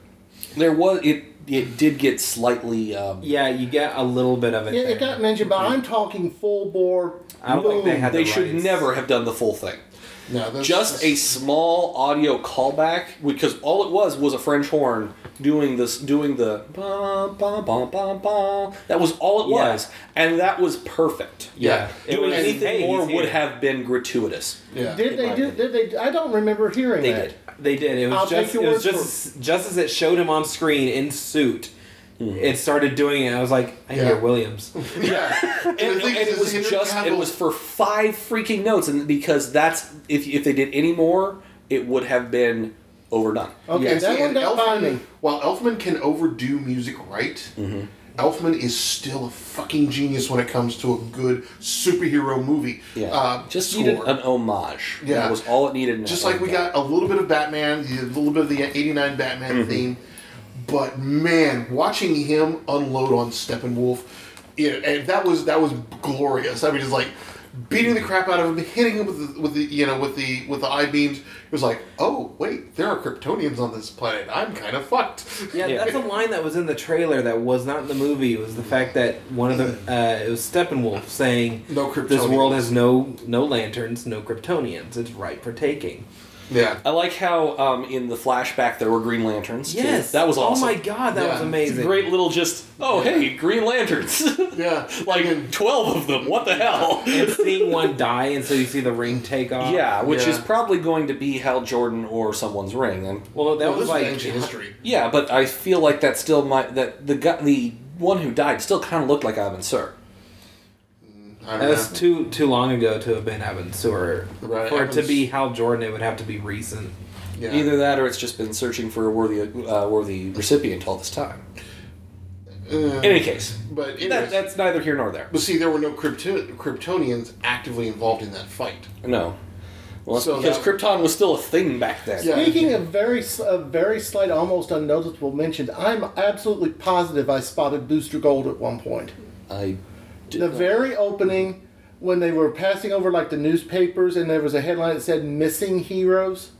C: there was it. It did get slightly. Um,
E: Yeah, you get a little bit of it.
A: It,
E: there.
A: it got mentioned, but I'm talking full bore.
E: I don't think they had
C: they
E: the
C: should
E: rights.
C: never have done the full thing.
B: no, that's,
C: Just a small audio callback because all it was was a French horn doing this, doing the bum, bum, bum, bum, bum. that was all it
E: Yeah.
C: was, and that was perfect.
E: Yeah. It
C: doing
E: was-
C: anything
E: hey, he's
C: more would
E: here.
C: have been gratuitous.
B: yeah.
A: Did they
C: my
A: do? Did they? I don't remember hearing
C: They
A: that.
C: did.
E: They did. It was
A: I'll take
E: just
A: your
E: it was
A: word
E: just just as it showed him on screen in suit. It started doing it. I was like, I
B: Yeah.
E: hear Williams.
B: yeah, and,
C: and,
B: the thing
C: and
B: is,
C: it was
B: Henry
C: just it
B: Cavill-
C: was for five freaking notes and because that's if if they did any more it would have been overdone
A: Okay,
B: And
A: that
B: see,
A: one
B: and
A: got by
B: Elfman,
A: me.
B: while Elfman can overdo music right,
C: Mm-hmm.
B: Elfman is still a fucking genius when it comes to a good superhero movie.
C: yeah
B: uh,
C: just
B: score.
C: needed an homage
B: Yeah.
C: that was all it needed in
B: just
C: that
B: like we
C: one guy.
B: got a little bit of Batman, a little bit of the '89 Batman
C: Mm-hmm.
B: theme, but man, watching him unload on Steppenwolf, yeah, and that was that was glorious. I mean, just like beating the crap out of him, hitting him with the, with the you know with the with the eye beams. It was like, oh wait, there are Kryptonians on this planet. I'm kind of fucked.
E: Yeah,
C: Yeah.
E: that's a line that was in the trailer that was not in the movie. It was the fact that one of the uh, it was Steppenwolf saying
B: No
E: this
B: Kryptonians."
E: world has no no lanterns, no Kryptonians. It's ripe for taking.
B: Yeah.
C: I like how um, in the flashback there were Green Lanterns. too.
E: Yes,
C: that was awesome.
E: Oh my god, that
B: Yeah.
E: was
C: It's a
E: amazing.
C: great little just. Oh hey, Green Lanterns!
B: Yeah.
C: like
B: And-
C: twelve of them. What the hell?
E: and seeing one die, and so you see the ring take off.
C: yeah, which is
B: Yeah.
C: probably going to be Hal Jordan or someone's ring. And
E: Well, that
B: Well,
E: was
B: this
E: like
B: is ancient history.
C: Yeah, but I feel like that still might that the guy, the one who died still kind of looked like Ivan Sir.
B: I
E: That
B: don't know.
E: was too too long ago to have been Evan Sewer.
B: Right,
E: For it to
B: Evan's-
E: be Hal Jordan, it would have to be recent.
B: yeah.
C: Either that, or it's just been searching for a worthy uh, worthy recipient all this time.
B: Uh,
C: In any case,
B: but anyways,
C: that, that's neither here nor there.
B: but see, there were no Krypto- Kryptonians actively involved in that fight.
C: No, well, that's
B: So
C: because
B: that-
C: Krypton was still a thing back then.
B: Yeah.
A: Speaking of very, s- of very slight, almost unnoticeable mentions, I'm absolutely positive I spotted Booster Gold at one point.
C: I did
A: the
C: not-
A: very opening when they were passing over like the newspapers and there was a headline that said missing heroes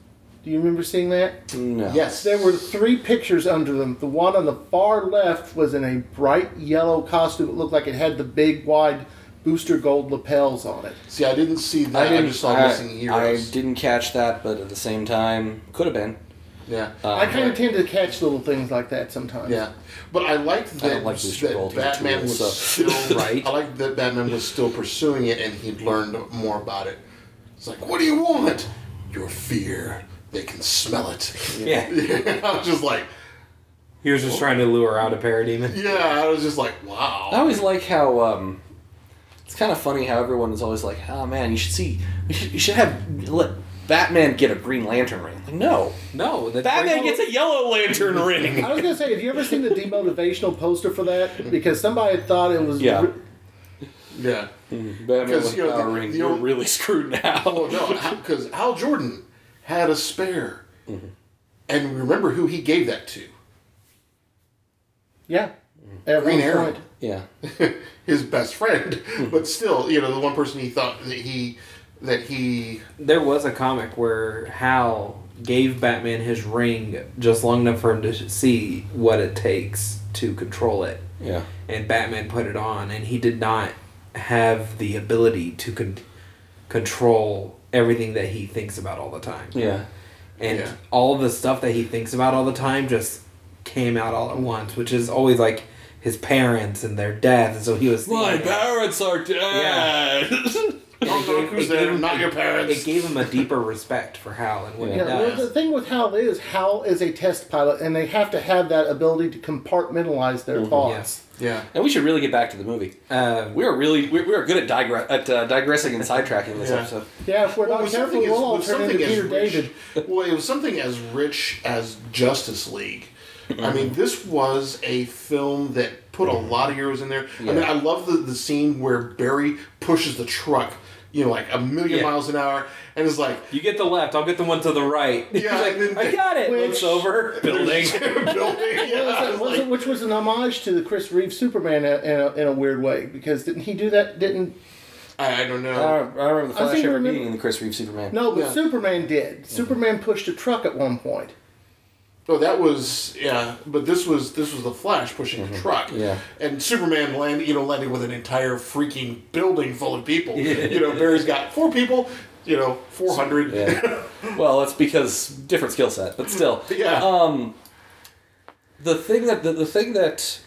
A: do you remember seeing that
C: no.
B: Yes,
A: there were three pictures under them the one on the far left was in a bright yellow costume it looked like it had the big wide booster gold lapels on it
B: See, I didn't see that. I, just saw missing heroes.
C: I didn't catch that, but at the same time, could have been.
B: yeah,
A: i kind of tend to catch little things like that sometimes
B: Uh, yeah. But I liked that,
C: I don't like Booster
B: that
C: Gold, he's a
B: Batman
C: tool,
B: was
C: so.
B: still
E: Right.
B: I liked that Batman was still pursuing it, and he'd learned more about it. It's like, what do you want? Your fear. They can smell it.
E: Yeah.
B: I was just like,
E: He was just trying to lure out a parademon.
B: yeah. I was just like, wow.
C: I always like how um, it's kind of funny how everyone is always like, "Oh man, you should see, you should, you should have let Batman get a Green Lantern ring." Like, no,
E: No, the
C: Batman
E: Green-
C: gets a Yellow Lantern ring.
A: I was gonna say, have you ever seen the demotivational poster for
B: Mm-hmm.
A: that? Because somebody thought it was
C: Yeah.
B: yeah.
C: Batman
B: with you know, power the- ring, the you're old-
C: really screwed
B: Well,
C: now.
B: no, because Hal Jordan had a spare, and remember who he gave that to?
A: yeah, At
B: Green
A: one
B: Arrow.
A: point.
C: Yeah,
B: Hmm. his best friend, but still, you know, the one person he thought that he that he
D: There was a comic where Hal gave Batman his ring just long enough for him to see what it takes to control it.
C: Yeah.
D: and Batman put it on, and he did not have the ability to con- control everything that he thinks about all the time.
C: Yeah.
D: And
B: Yeah.
D: all the stuff that he thinks about all the time just came out all at once, which is always like his parents and their death. And so he was.
C: My
D: thinking-
C: parents are dead.
D: and it
B: Oh,
D: gave-
B: look who's
D: it gave
B: there,
D: him-
B: not your parents.
D: It gave him a deeper respect for Hal and what he
A: Yeah, well,
D: does.
A: the thing with Hal is Hal is a test pilot, and they have to have that ability to compartmentalize
B: Mm-hmm.
A: their thoughts.
D: Yes.
B: yeah
C: and we should really get back to the movie.
D: Um,
C: We are really we, we are good at, digre- at uh, digressing and sidetracking this
B: Yeah.
C: episode.
A: Yeah, if we're
B: Well,
A: not
B: with
A: careful,
B: something
A: we'll
B: as-
A: all
B: with
A: turn into
B: something as
A: Peter
B: rich-
A: David.
B: Well, it was something as rich as Justice League. I
D: Mm-hmm.
B: mean, this was a film that put a lot of heroes in there. I mean,
C: Yeah.
B: I love the, the scene where Barry pushes the truck, you know, like a million
D: Yeah.
B: miles an hour, and is like,
D: you get the left, I'll get the one to the right.
B: Yeah,
D: He's
B: and then-
D: like, I got it.
A: Which-
D: Looks over.
B: building, building. Yeah,
A: Was
B: like,
A: it- which was an homage to the Chris Reeve Superman in a, in a weird way because didn't he do that? Didn't
B: I, I don't know.
C: I don't, I don't remember the
A: I
C: Flash
A: think I
C: ever
A: remember-
C: being in the Chris Reeve Superman.
A: no, but
B: Yeah. Mm-hmm.
A: Superman did. Superman pushed a truck at one point.
B: Oh, that was yeah, but this was this was the Flash pushing a truck.
C: Yeah.
B: and Superman landed, you know, landed with an entire freaking building full of people. You know, Barry's got four people. You know, four hundred.
C: Yeah. well, that's because different skill set, but still.
B: Yeah.
C: Um, the thing that the, the thing that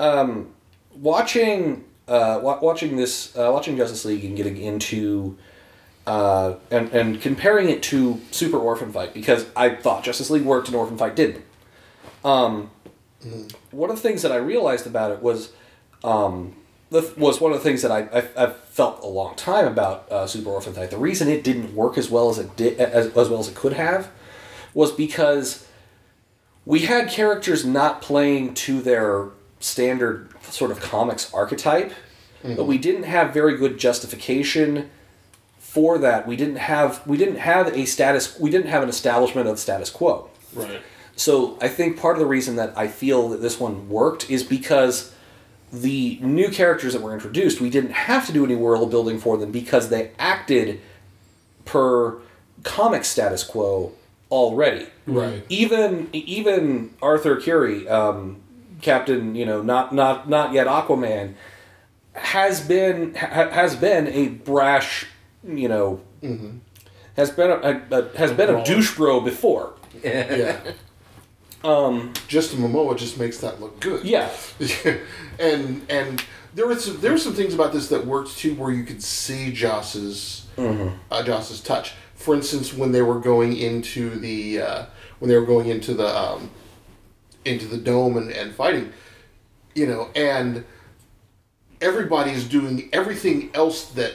C: um, watching uh, wa- watching this uh, watching Justice League and getting into uh, and and comparing it to Super Orphan Fight because I thought Justice League worked and Orphan Fight didn't. Um, One of the things that I realized about it was. Um, the th- was one of the things that I, I, I felt a long time about uh, Super Orphan Fight. The reason it didn't work as well as it did as, as well as it could have was because we had characters not playing to their standard sort of comics archetype, but we didn't have very good justification for that. We didn't have we didn't have a status we didn't have an establishment of status quo.
B: Right.
C: So I think part of the reason that I feel that this one worked is because the new characters that were introduced, we didn't have to do any world building for them because they acted per comic status quo already.
B: Right.
C: Even even Arthur Curry, um, Captain, you know, not not not yet Aquaman, has been ha- has been a brash, you know, Mm-hmm. has been a, a, a- has been a
B: Brawler.
C: douche bro before.
B: Yeah. um, Justin Momoa just makes that look good.
C: Yeah.
B: and and there was some, there were some things about this that worked too, where you could see Joss's uh, Joss's touch. For instance, when they were going into the uh, when they were going into the um, into the dome and, and fighting, you know, and everybody's doing everything else that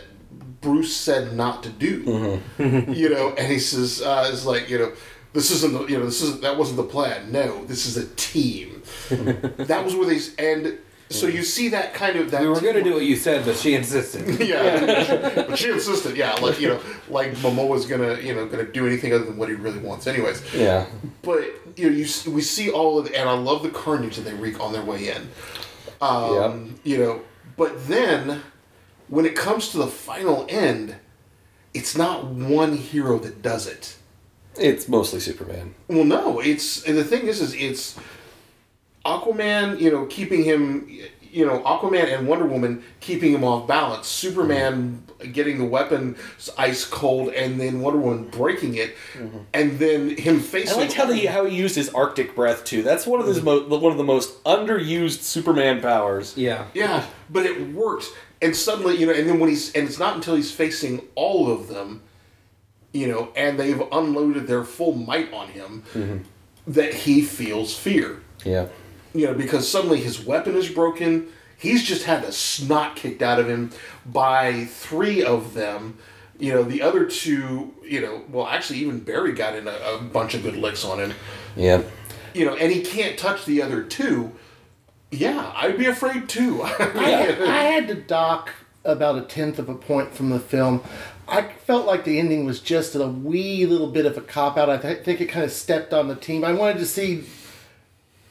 B: Bruce said not to do.
D: Mm-hmm.
B: you know, and he says, uh, "It's like you know, this isn't the you know this isn't that wasn't the plan. No, this is a team. that was where they s- and so you see that kind of that
D: we were going
B: teamwork.
D: to do what you said, but she insisted.
B: Yeah, but she insisted. Yeah, like you know, like Momoa's gonna you know gonna do anything other than what he really wants, anyways.
C: Yeah.
B: But you know, you s- we see all of, and I love the carnage that they wreak on their way in. Um, You know, but then when it comes to the final end, it's not one hero that does it.
C: It's mostly Superman.
B: Well, no, it's and the thing is, is it's Aquaman. You know, keeping him. You know, Aquaman and Wonder Woman keeping him off balance. Superman getting the weapon ice cold, and then Wonder Woman breaking it, and then him
C: Mm-hmm. I
B: facing.
C: liked how he how he used his Arctic breath too. That's one of his mo- one of the most underused Superman powers.
D: Yeah.
B: Yeah, but it worked, and suddenly you know, and then when he's and it's not until he's facing all of them, you know, and they've unloaded their full might on him, that he feels fear.
C: Yeah.
B: you know, because suddenly his weapon is broken. He's just had the snot kicked out of him by three of them. You know, the other two, you know, well, actually, even Barry got in a, a bunch of good licks on him.
C: Yeah.
B: You know, and he can't touch the other two. Yeah, I'd be afraid too.
A: I had to dock about a tenth of a point from the film. I felt like the ending was just a wee little bit of a cop out. I th- think it kind of stepped on the team. I wanted to see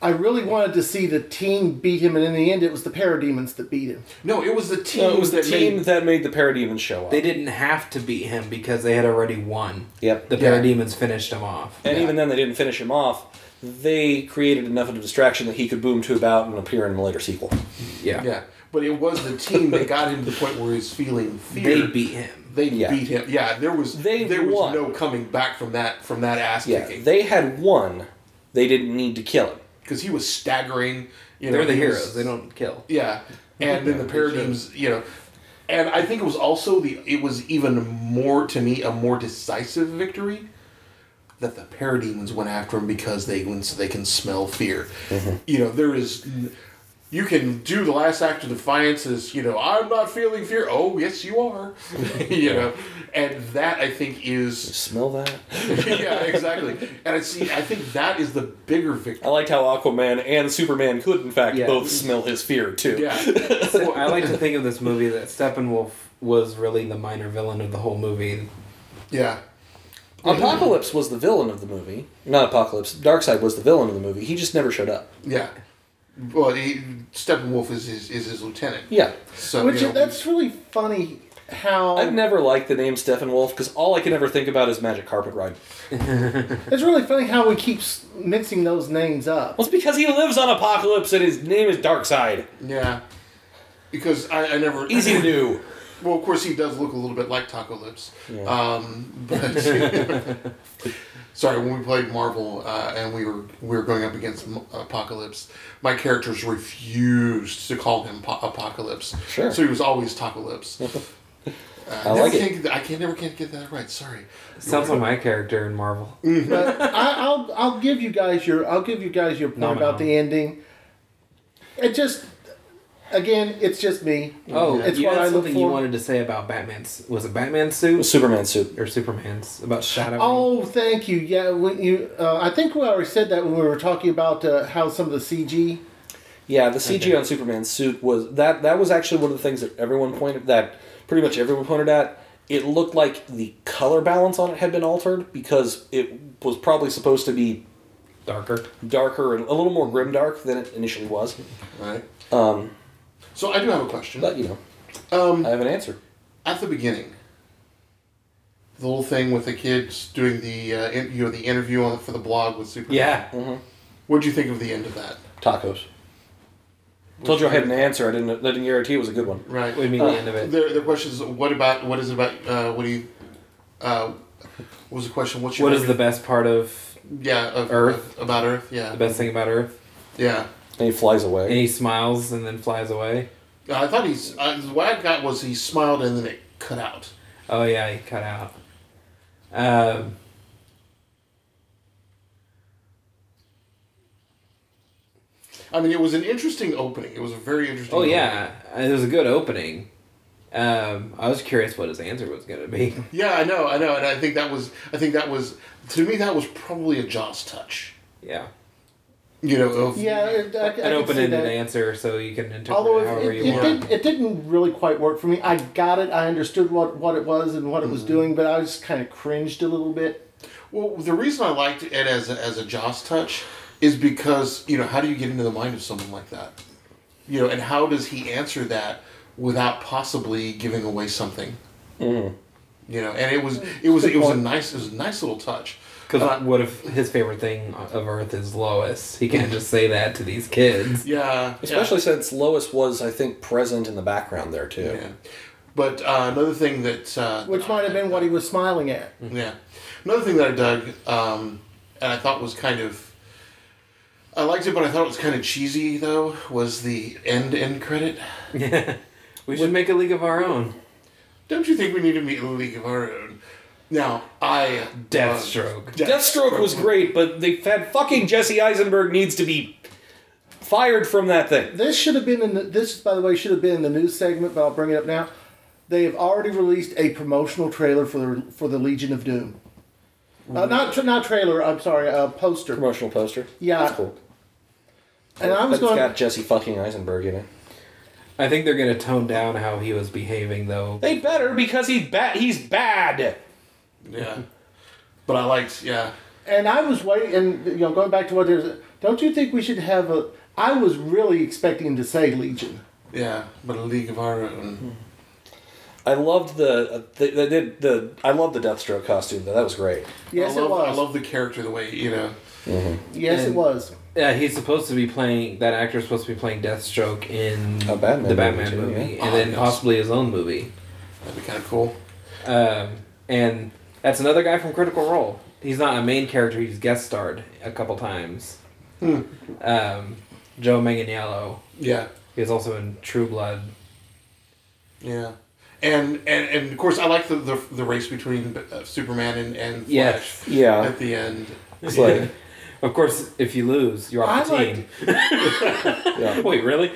A: I really wanted to see the team beat him, and in the end, it was the Parademons that beat him.
B: No, it was the team.
C: No, it was the
B: that
C: team
B: made-
C: that made the Parademons show up.
D: They didn't have to beat him because they had already won.
C: Yep.
D: The
B: Yeah.
D: parademons finished him off.
C: and even then, they didn't finish him off. They created enough of a distraction that he could boom to about and appear in a later sequel.
D: Yeah.
B: yeah, but it was the team that got him to the point where he's feeling fear.
D: They beat him.
B: They
C: Yeah.
B: beat him. Yeah, there was
C: They
B: there was
C: won.
B: no coming back from that from that ass
C: Yeah,
B: kicking
C: they had one. They didn't need to kill him.
B: because he was staggering. You know,
D: They're the
B: he was-
D: heroes. They don't kill.
B: Yeah, and then the paradigms, you know, and I think it was also the it was even more to me a more decisive victory that the parademons went after him because they when they can smell fear.
D: Mm-hmm.
B: You know, there is you can do the last act of defiance is you know I'm not feeling fear. Oh yes, you are. you know, and that I think is
C: Smell that?
B: yeah exactly, and I see I think that is the bigger victory.
C: I liked how Aquaman and Superman could, in fact,
D: Yeah.
C: both smell his fear too.
B: Yeah.
D: So I like to think of this movie that Steppenwolf was really the minor villain of the whole movie.
B: Yeah.
C: Apocalypse was the villain of the movie. Not Apocalypse. Darkseid was the villain of the movie. He just never showed up.
B: Yeah. Well, he, Steppenwolf is his, is his lieutenant.
C: Yeah.
B: So
A: Which
B: you know,
A: that's really funny how
C: I've never liked the name Steppenwolf because all I can ever think about is Magic Carpet Ride.
A: it's really funny how we keep s- mixing those names up.
C: Well, it's because he lives on Apocalypse and his name is Darkseid.
B: yeah. Because I, I never
C: Easy to do.
B: Well, of course, he does look a little bit like Taco Lips.
C: Uh,
B: Um, but sorry, when we played Marvel uh, and we were we were going up against M- Apocalypse, my characters refused to call him po- Apocalypse.
C: Sure.
B: So he was always Taco Lips. Uh,
C: I like
B: never
C: it.
B: can't get- I can never can't get that right. Sorry.
D: Sounds like my character in Marvel.
A: Mm-hmm. But I, I'll I'll give you guys your I'll give you guys your point
D: No, no,
A: about
D: no.
A: the ending. It just again, it's just me.
D: Oh,
A: It's
D: you
A: what
D: had
A: I look
D: something you
A: for.
D: wanted to say about Batman's. Was it Batman's suit
C: Superman suit.
D: or Superman's? About Shadow.
A: Oh, thank you. Yeah, when you uh, I think we already said that when we were talking about uh, how some of the CG.
C: Yeah, the CG on Superman's suit was that. That was actually one of the things that everyone pointed that pretty much everyone pointed at. It looked like the color balance on it had been altered because it was probably supposed to be
D: darker.
C: darker and a little more grim dark than it initially was.
B: All right.
C: Um,
B: So I do have a question.
C: but you know,
B: Um,
C: I have an answer.
B: at the beginning, the little thing with the kids doing the uh, in, you know the interview on, for the blog with Superman.
D: Yeah.
A: Mm-hmm.
B: What'd you think of the end of that?
C: Tacos. Told you I had an answer. I didn't. I didn't guarantee it was a good one.
B: Right.
D: What do you mean the end of it?
B: Uh, Their their question is what about what is it about uh, what do you uh, what was the question? What's your
D: What is the
B: favorite-
D: best part of
B: yeah of,
D: Earth?
B: of- about Earth? Yeah.
D: the best thing about Earth?
B: Yeah.
C: And he flies away.
D: And he smiles and then flies away.
B: I thought he's uh, what I got was he smiled and then it cut out.
D: Oh yeah, he cut out. Um,
B: I mean, it was an interesting opening. It was a very interesting.
D: oh yeah, it was a good opening. Um, I was curious what his answer was gonna be.
B: Yeah, I know, I know, and I think that was, I think that was, to me, that was probably a Joss touch.
D: Yeah,
B: You know, of,
A: Yeah, it, I, I
D: an
A: can see
D: open-ended
A: that.
D: answer, so you can interpret
A: Although
D: it however
A: it, it,
D: you
A: it,
D: want.
A: did, it didn't really quite work for me. I got it. I understood what, what it was and what it
D: Mm-hmm.
A: was doing, but I just kind of cringed a little bit.
B: Well, the reason I liked it as a, as a Joss touch is because you know how do you get into the mind of someone like that, you know, and how does he answer that without possibly giving away something, you know? And it was it was it was a nice it was a nice little touch.
D: Because
B: Uh,
D: what if his favorite thing of Earth is Lois? He can't just say that to these kids.
B: Yeah,
C: Especially since Lois was, I think, present in the background there too.
B: Yeah. yeah. But uh, another thing that uh,
A: Which might have been what he was smiling at.
B: Yeah. Another thing that I dug, um, and I thought was kind of, I liked it, but I thought it was kind of cheesy though. Was the end end credit?
D: we should make a league of our own.
B: Don't you think we need to meet a league of our own? Now I
D: Deathstroke.
C: Deathstroke was great, but they had fucking Jesse Eisenberg needs to be fired from that thing.
A: This should have been in the, this, by the way, should have been in the news segment, but I'll bring it up now. They have already released a promotional trailer for the for the Legion of Doom. Uh,
B: Mm-hmm.
A: not tra- not trailer. I'm sorry, uh, poster.
C: Promotional poster.
A: Yeah.
C: that's cool.
A: And I was
C: That's
A: going.
C: got Jesse fucking Eisenberg in it.
D: I think they're gonna tone down how he was behaving though.
C: They better because he's bad. He's bad.
B: Yeah. But I liked yeah.
A: and I was waiting, and you know, going back to what there's. Don't you think we should have a? I was really expecting him to say Legion.
B: Yeah, but a league of our own.
C: I loved the uh, they, they did the I loved the Deathstroke costume though. That was great.
A: Yes,
B: I love,
A: it was.
B: I love the character the way you know.
A: yes, it
D: and-
A: was.
D: Yeah, he's supposed to be playing that actor's supposed to be playing Deathstroke in
C: A Batman
D: the
C: movie,
D: Batman
C: too,
D: movie,
C: yeah.
D: and
B: Oh,
D: then
B: yes.
D: possibly his own movie.
B: That'd be kind of cool.
D: Um, and that's another guy from Critical Role. He's not a main character. He's guest starred a couple times.
A: Hmm.
D: Um, Joe Manganiello.
B: Yeah,
D: He was also in True Blood.
B: yeah. And and, and of course, I like the, the the race between uh, Superman and and Flash
D: Yes.
C: Yeah,
B: at the end.
C: it's like
D: Of course, if you lose, you're
A: I
D: off the
A: liked-
D: team.
C: yeah.
D: Wait, really?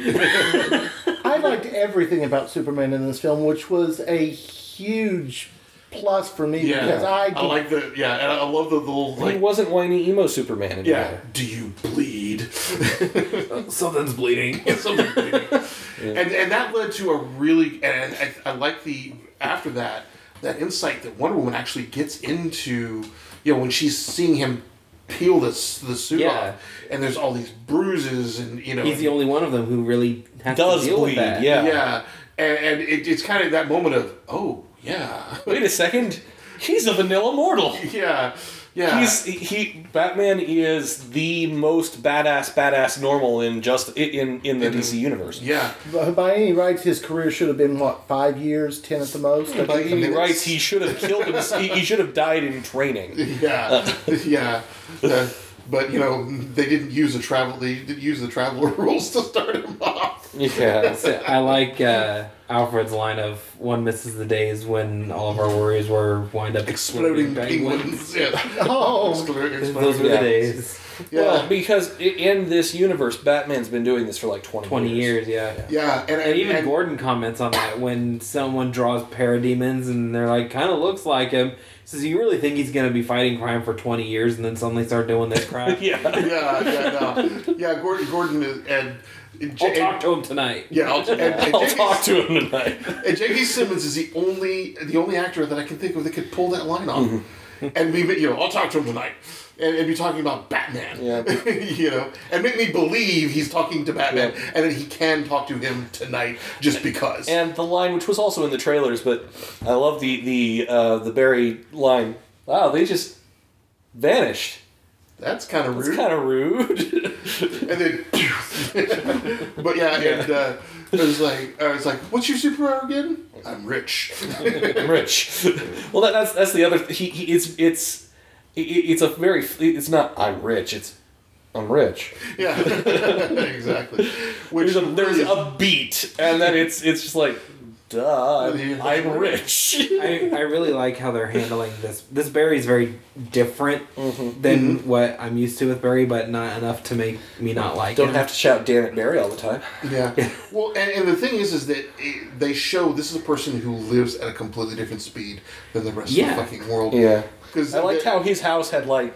A: I liked everything about Superman in this film, which was a huge plus for me
B: Yeah,
A: because I,
B: I, like the yeah, and I I love the, the little
C: he
B: like
C: wasn't whiny emo Superman anymore.
B: yeah. Do you bleed?
D: Something's bleeding.
B: Something bleeding. And and that led to a really and I, I like the after that that insight that Wonder Woman actually gets into you know when she's seeing him peel this the suit
D: Yeah.
B: off and there's all these bruises and you know
D: He's the only one of them who really has
C: Does
D: to deal
C: bleed?
D: with that.
C: Yeah.
B: yeah and, and it, it's kind of that moment of oh yeah
C: Wait a second. He's a vanilla mortal.
B: yeah yeah
C: He's he. Batman is the most badass, badass normal in just in in the DC universe.
B: yeah
A: By- by any rights, his career should have been what five years, ten at the most.
B: By
A: Okay.
B: any
C: He
B: minutes.
C: writes he should have killed him. he, he should have died in training.
B: Yeah, yeah. Uh, but you know, they didn't use the travel. They didn't use the traveler rules to start him off.
C: Yeah.
D: So I like uh, Alfred's line of "One misses the days when all of our worries were wind up
B: Exploding
D: penguins."
B: penguins. Yeah.
A: Oh,
B: Exploding,
D: Those were
B: exploding.
C: Yeah.
D: the days.
B: Yeah.
C: Well, because i- in this universe, Batman's been doing this for like twenty
D: Twenty years, yeah.
B: Yeah, and, and
D: And even
B: and-
D: Gordon comments on that when someone draws parademons and they're like, kind of looks like him. He says, "You really think he's gonna be fighting crime for twenty years and then suddenly start doing this crap?"
C: Yeah.
B: Yeah, yeah, no. yeah. Gordon, Gordon, is- and. and
D: I'll talk to him tonight.
B: yeah, I'll, and, and,
C: I'll
B: J.K.
C: talk to him tonight.
B: and J.K. Simmons is the only the only actor that I can think of that could pull that line off,
C: Mm-hmm.
B: and be you know I'll talk to him tonight, and, and be talking about Batman,
C: Yeah.
B: you know, and make me believe he's talking to Batman,
C: Yeah.
B: and that he can talk to him tonight just because.
C: And the line, which was also in the trailers, but I love the the uh, the Barry line. Wow, they just vanished.
B: That's kind of
C: It's
B: rude.
C: kind of rude.
B: and then, but yeah, and uh, it was like I was like, "What's your superpower again?" I'm rich.
C: I'm rich. well, that, that's that's the other. He, he it's it's it, it's a very. It's not. I'm rich. It's I'm rich.
B: yeah, exactly. Which
C: There's a, there's
B: really-
C: a beat, and then it's it's just like, duh. I'm, I'm rich.
D: I, I really like how they're handling this. This Barry is very different than what I'm used to with Barry, but not enough to make me not like
C: Don't
D: him.
C: have to shout "damn it, Barry" all the time.
B: Yeah. Well, and, and the thing is, is that it, they show this is a person who lives at a completely different speed than the rest
D: Yeah.
B: of the fucking world. Because
C: I liked how his house had like,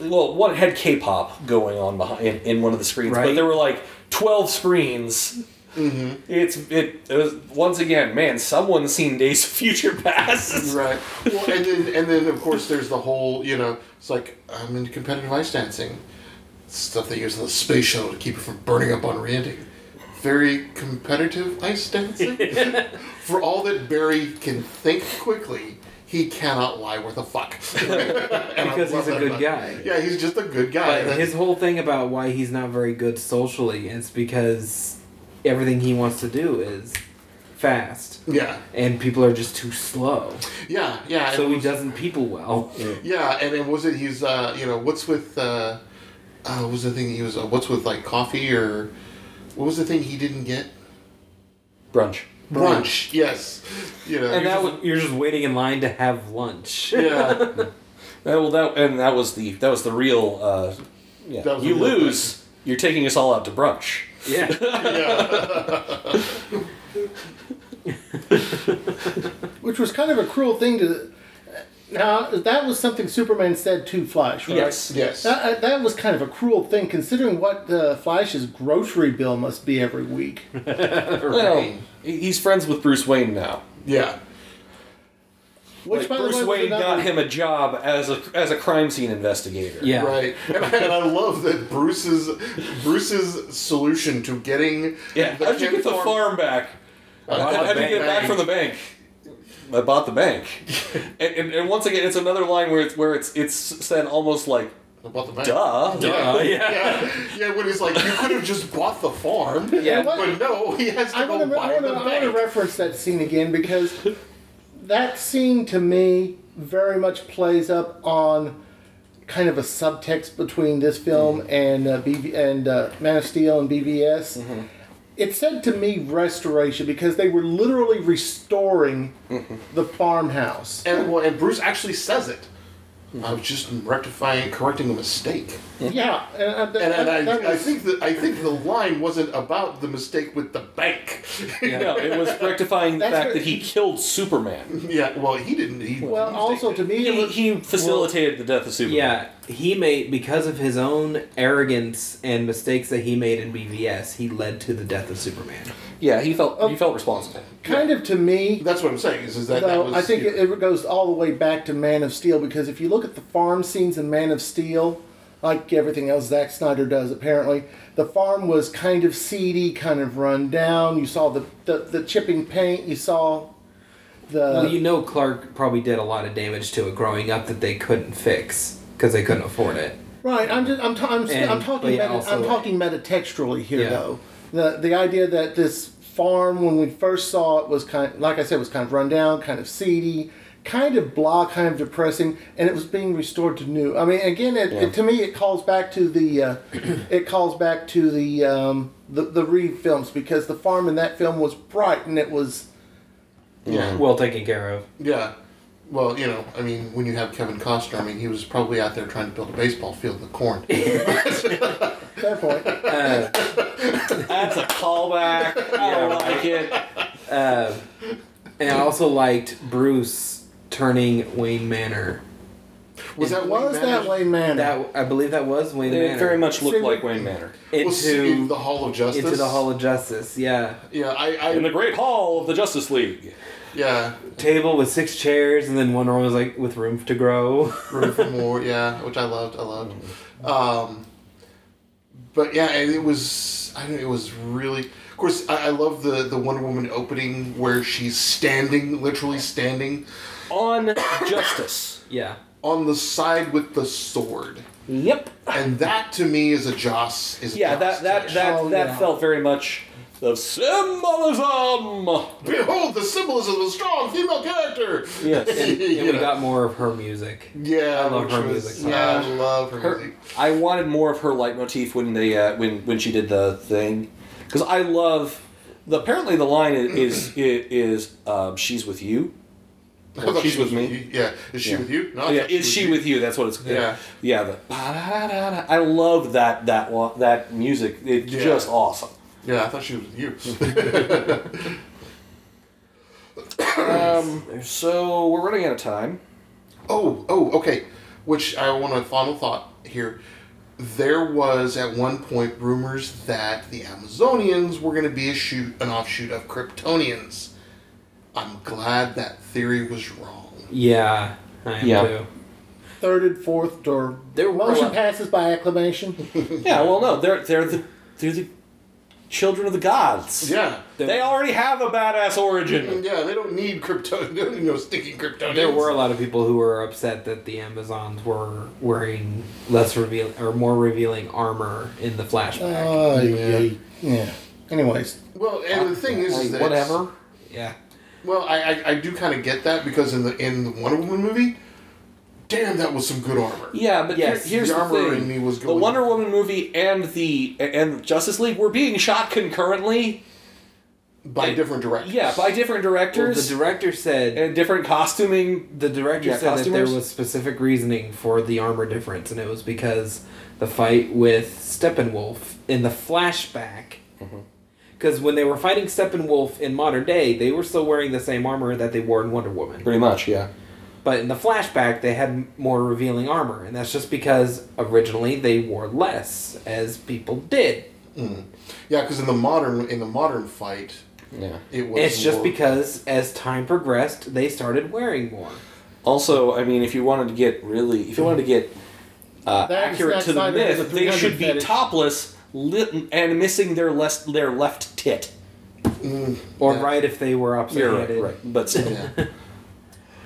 C: well, one it had K-pop going on behind in, in one of the screens, but
D: Right.
C: there were like twelve screens. Mm-hmm. It's it, it was once again, man. Someone's seen Days of Future Past.
B: Right. Well, and then and then of course there's the whole you know it's like I'm into competitive ice dancing, stuff they use in the space shuttle to keep it from burning up on re-ending. Very competitive ice dancing. For all that Barry can think quickly, he cannot lie worth a fuck. And I
D: Because
B: love
D: he's a
B: that
D: good
B: about-
D: guy.
B: Yeah, he's just a good guy.
D: But
B: That's-
D: his whole thing about why he's not very good socially is because everything he wants to do is fast,
B: yeah,
D: and people are just too slow.
B: yeah, yeah.
D: So
B: and-
D: he doesn't people well.
B: Yeah, and then was it he's uh you know what's with uh, uh what was the thing he was uh, what's with like coffee or what was the thing he didn't get
C: Brunch.
B: brunch? Yes, you know.
C: And
D: You're
C: that
D: just, you're just waiting in line to have lunch.
B: yeah,
C: Uh, well, that and that was the that was the real. Uh, yeah.
B: That was
C: you
B: the real
C: lose. You're taking us all out to brunch.
D: Yeah.
B: yeah,
A: which was kind of a cruel thing to. Now that was something Superman said to Flash, right?
C: Yes.
B: yes,
A: That, uh, that was kind of a cruel thing, considering what uh, Flash's grocery bill must be every week.
C: Well, he- he's friends with Bruce Wayne now.
B: yeah.
A: Which,
C: Like,
A: by the
C: Bruce
A: way, was
C: Wayne
A: another-
C: got him a job as a as a crime scene investigator.
E: Yeah.
B: Right, and, and I love that Bruce's Bruce's solution to getting
C: yeah. How did you
B: Kent
C: get the
B: farm-
C: farm back?
B: I
C: How
B: bought
C: how
B: the
C: did you get it back
B: bank.
C: from the bank? I bought the bank. and, and, and once again, it's another line where it's where it's it's said almost like
B: I bought the bank.
C: duh.
B: Yeah,
E: yeah.
B: yeah, yeah. When he's like, you could have just bought the farm.
D: Yeah.
B: but no, he has to
A: I
B: go
A: want to
B: buy the
A: I want to
B: bank.
A: reference that scene again because that scene to me very much plays up on kind of a subtext between this film
B: Mm-hmm.
A: and uh, BV, and uh, Man of Steel and BVS.
B: Mm-hmm.
A: It said to me restoration because they were literally restoring
B: Mm-hmm.
A: the farmhouse.
B: and well, and Bruce actually says it. I was just rectifying, correcting a mistake.
A: Yeah, and, uh, that-
B: Mm-hmm. And, and
A: that- that
B: I, I
A: was-
B: think that I think the line wasn't about the mistake with the bank.
C: No, it was rectifying the
A: That's
C: fact
A: what-
C: that he killed Superman.
B: yeah, well, he didn't. He
A: well, also to me, it
C: He,
A: was,
C: he facilitated the death of Superman.
D: Yeah, he made because of his own arrogance and mistakes that he made in BVS, he led to the death of Superman.
C: Yeah, he felt
A: Oh.
C: he felt responsible.
A: kind of to me.
B: that's what I'm saying is, is that, that
A: Though
B: was,
A: I think it, it goes all the way back to Man of Steel because if you look at the farm scenes in Man of Steel, like everything else Zack Snyder does apparently, the farm was kind of seedy, kind of run down. You saw the, the, the chipping paint, you saw the.
B: Uh,
D: well, you know, Clark probably did a lot of damage to it growing up that they couldn't fix because they couldn't afford it.
A: Right. I'm just. I'm. T- I'm,
D: And-
A: I'm
D: but
A: talking.
D: yeah,
A: meta,
D: also-
A: I'm talking metatextually here,
D: Yeah.
A: though. The the idea that this farm, when we first saw it, was kind. like I said, was kind of run down, kind of seedy, kind of blah, kind of depressing, and it was being restored to new. I mean, again, it, it- to me, it calls back to the. Uh, it calls back to the um, the the Reed films because the farm in that film was bright and it was.
B: yeah,
D: Well taken care of.
B: yeah. Well, you know, I mean, when you have Kevin Costner, I mean, he was probably out there trying to build a baseball field in the corn.
A: at that point.
D: Uh,
C: That's a callback. I don't like it.
D: uh, and I also liked Bruce turning Wayne Manor.
B: Was that Wayne
A: was that
B: Manor?
A: Wayne Manor?
D: That I believe that was Wayne Manor.
C: It very much looked
A: See,
C: like Wayne Manor.
B: Was in
D: into
B: the Hall of Justice?
D: into the Hall of Justice. Yeah,
B: Yeah, I, I
C: In the Great Hall of the Justice League.
B: yeah,
D: table with six chairs, and then one room was like with room to grow.
B: room for more. Yeah, which I loved. I loved.
D: Mm-hmm.
B: Um, but yeah, and it was. I don't. know, It was really. Of course, I, I love the the Wonder Woman opening where she's standing, literally standing
C: On Justice.
D: yeah.
B: on the side with the sword,
C: Yep.
B: and that to me is a Joss. Is a
C: Yeah,
B: Joss
C: that that
B: touch.
C: that,
A: Oh,
C: that
A: yeah.
C: felt very much of symbolism.
B: Behold the symbolism of a strong female character.
C: Yes.
D: And, and
B: You
D: we
B: know.
D: got more of her music.
B: Yeah,
D: I love
B: which
D: her
B: was-
D: music.
B: Yeah, I love her, music.
C: I wanted more of her leitmotif when they uh, when when she did the thing, because I love. The, apparently, the line is is, is um, "She's with you."
B: I
C: Or
B: thought
C: she's
B: she
C: with
B: was
C: me.
B: you. Yeah, is she
C: Yeah.
B: with you? No, I
C: yeah,
B: thought
C: is
B: was
C: she with you? That's what it's.
B: Yeah.
C: yeah. The, ba-da-da-da. I love that that wa- that music. It's
B: Yeah.
C: just awesome.
B: Yeah, I thought she was with you.
C: Um, so we're running out of time.
B: Oh, oh, okay. Which I want a final thought here. There was at one point rumors that the Amazonians were going to be a shoot, an offshoot of Kryptonians. I'm glad that theory was wrong.
D: Yeah, I am
C: Yeah.
D: too.
A: Third and fourth, or
D: There were a
A: motion
D: lot-
A: passes by acclamation.
B: Mhm.
C: Yeah, well, no, they're they're the they're the children of the gods.
B: Yeah,
C: They already have a badass origin.
B: yeah. They don't need Krypton. They don't need no stinking Kryptonians.
D: There were a lot of people who were upset that the Amazons were wearing less reveal or more revealing armor in the flashback.
A: Uh,
B: Yeah.
A: yeah. yeah. Anyways,
B: Well, and the thing is, is
C: Like,
B: that
C: whatever.
D: yeah.
B: Well, I I, I do kind of get that because in the in the Wonder Woman movie, damn, that was some good armor.
C: Yeah, but
D: Yes,
C: here, here's
B: the
C: the,
B: armor
C: thing:
B: in me was
C: the
B: going-
C: Wonder Woman movie and the and Justice League were being shot concurrently.
B: By
C: Yeah.
B: different directors.
C: Yeah, by different
D: Well, the
C: directors
D: director said
C: and different costuming.
D: the director
C: Yeah,
D: said that
C: costumers?
D: there was specific reasoning for the armor difference, and it was because the fight with Steppenwolf in the flashback. Because when they were fighting Steppenwolf in modern day, they were still wearing the same armor that they wore in Wonder Woman.
C: Pretty much, yeah.
D: But in the flashback, they had m- more revealing armor, and that's just because originally they wore less, as people did.
B: Yeah, because in the modern in the modern fight,
C: Yeah.
B: it was.
D: It's just
B: more-
D: because as time progressed, they started wearing more.
C: Also, I mean, if you wanted to get really, if you wanted to get uh,
A: That and
C: accurate
A: Zack
C: to the
A: Snyder has a
C: myth, they
A: 300
C: should be
A: fetish.
C: topless li- and missing their less their left tit.
E: Or
B: Yeah.
E: right if they were upside
C: You're
E: handed.
C: right, but still.
B: Yeah.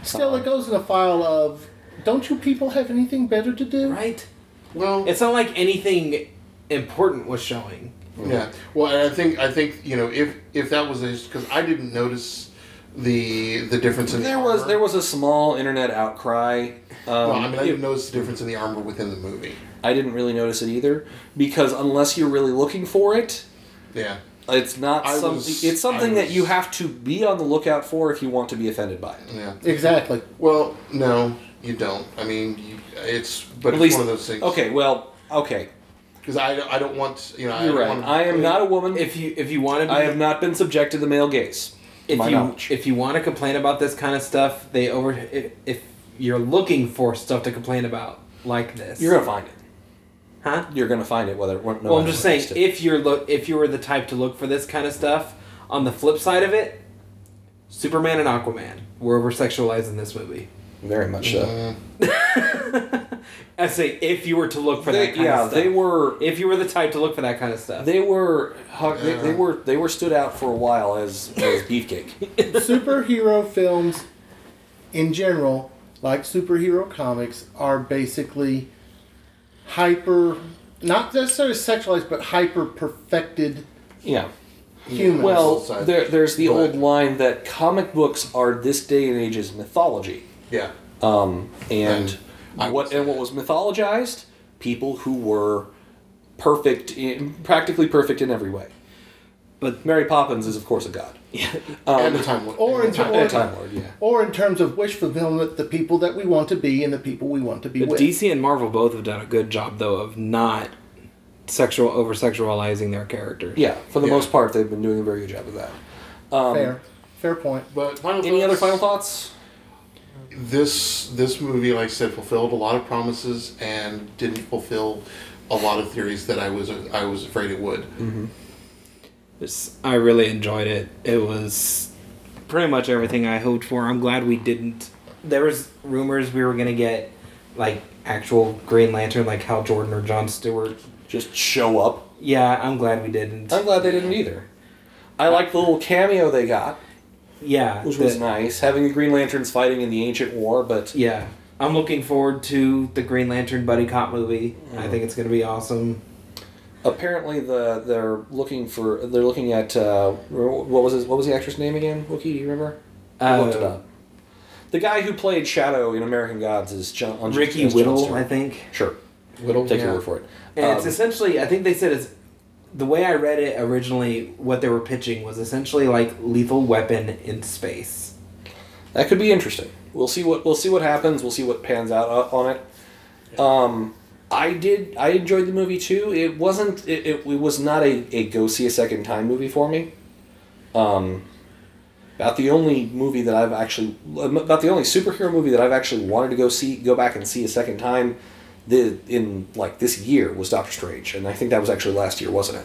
A: Still, it goes in a file of, don't you people have anything better to do?
D: Right?
B: Well,
D: It's not like anything important was showing.
B: Yeah. Well, and I think I think you know if if that was because I didn't notice the the difference in
C: There
B: the
C: was
B: armor.
C: there was a small internet outcry. Um,
B: Well, I mean, I
C: it-
B: didn't notice the difference in the armor within the movie.
C: I didn't really notice it either because unless you're really looking for it,
B: Yeah.
C: it's not
B: I
C: something.
B: was-
C: it's something
B: I
C: that you
B: was-
C: have to be on the lookout for if you want to be offended by it.
B: Yeah.
A: Exactly.
B: Well, no, you don't. I mean, you, it's but
C: At
B: it's
C: least
B: one of those things.
C: Okay, well, okay,
B: Because I, don't- I don't want you know. I
C: you're
B: don't
C: right.
B: Want,
C: I am not a woman.
D: If you if you want to be
C: I have not been subjected to male gaze. to
D: if
C: my
D: you
C: knowledge.
D: if you want to complain about this kind of stuff, they over if, if you're looking for stuff to complain about like this.
C: you're gonna find it.
D: huh?
C: You're gonna find it whether. No
D: well, I'm just saying
C: if.
D: if you're look if you were the type to look for this kind of stuff, on the flip side of it, Superman and Aquaman were over sexualized in this movie.
C: Very much uh, so.
D: I say if you were to look for
C: They-
D: that kind
C: yeah,
D: of stuff.
C: they were.
D: if you were the type to look for that kind of stuff.
C: They were. hu- They, they were. They were stood out for a while as as beefcake.
A: superhero films in general, like superhero comics, are basically hyper, not necessarily sexualized, but hyper perfected
C: Yeah.
A: humans.
C: Well,
B: Side.
C: there, there's the
B: But-
C: old line that comic books are this day and age's mythology, Um,
B: Yeah.
C: and
B: I would
C: what
B: say
C: and what was mythologized? People who were perfect, in, practically perfect in every way. But Mary Poppins is, of course, a god
B: and the time lord.
A: or
B: and
A: in,
B: the time,
C: and a
A: or,
C: time lord. Yeah.
A: or in terms of wish fulfillment, the people that we want to be and the people we want to be
E: But
A: with.
E: DC and Marvel both have done a good job though of not sexual over sexualizing their characters.
C: Yeah. For the
B: Yeah.
C: most part, they've been doing a very good job of that.
A: fair, fair point.
B: But final
C: Any other
B: thoughts?
C: final thoughts?
B: This this movie, like I said, fulfilled a lot of promises and didn't fulfill a lot of theories that I was I was afraid it would.
C: Mm-hmm.
E: It's- I really enjoyed it. It was pretty much everything I hoped for. I'm glad we didn't.
D: there was rumors we were gonna get like actual Green Lantern, like Hal Jordan or John Stewart.
C: Just show up.
D: Yeah, I'm glad we didn't.
C: I'm glad they didn't either. I liked the little cameo they got,
D: yeah,
C: which was
D: the-
C: nice. Having the Green Lanterns fighting in the ancient war, but
D: yeah. I'm looking forward to the Green Lantern buddy cop movie.
C: Mm-hmm.
D: I think it's gonna be awesome.
C: apparently the they're looking for they're looking at uh, what was his, what was the actress name again? Wookie, do you remember? I looked it
D: Uh,
C: up. The guy who played Shadow in American Gods is John.
D: Ricky
C: is John
D: Whittle,
C: Stewart.
D: I think.
C: Sure,
B: Little
C: take your word for it.
D: And it's
C: Um,
D: essentially, I think they said it's the way I read it originally. What they were pitching was essentially like Lethal Weapon in space.
C: that could be interesting. We'll see what we'll see what happens. We'll see what pans out o- on it. Um, I did. I enjoyed the movie too. It wasn't. It, it, it was not a, a go see a second time movie for me. Um, about the only movie that I've actually about the only superhero movie that I've actually wanted to go see, go back and see a second time, the in like this year was Doctor Strange, and I think that was actually last year, wasn't it?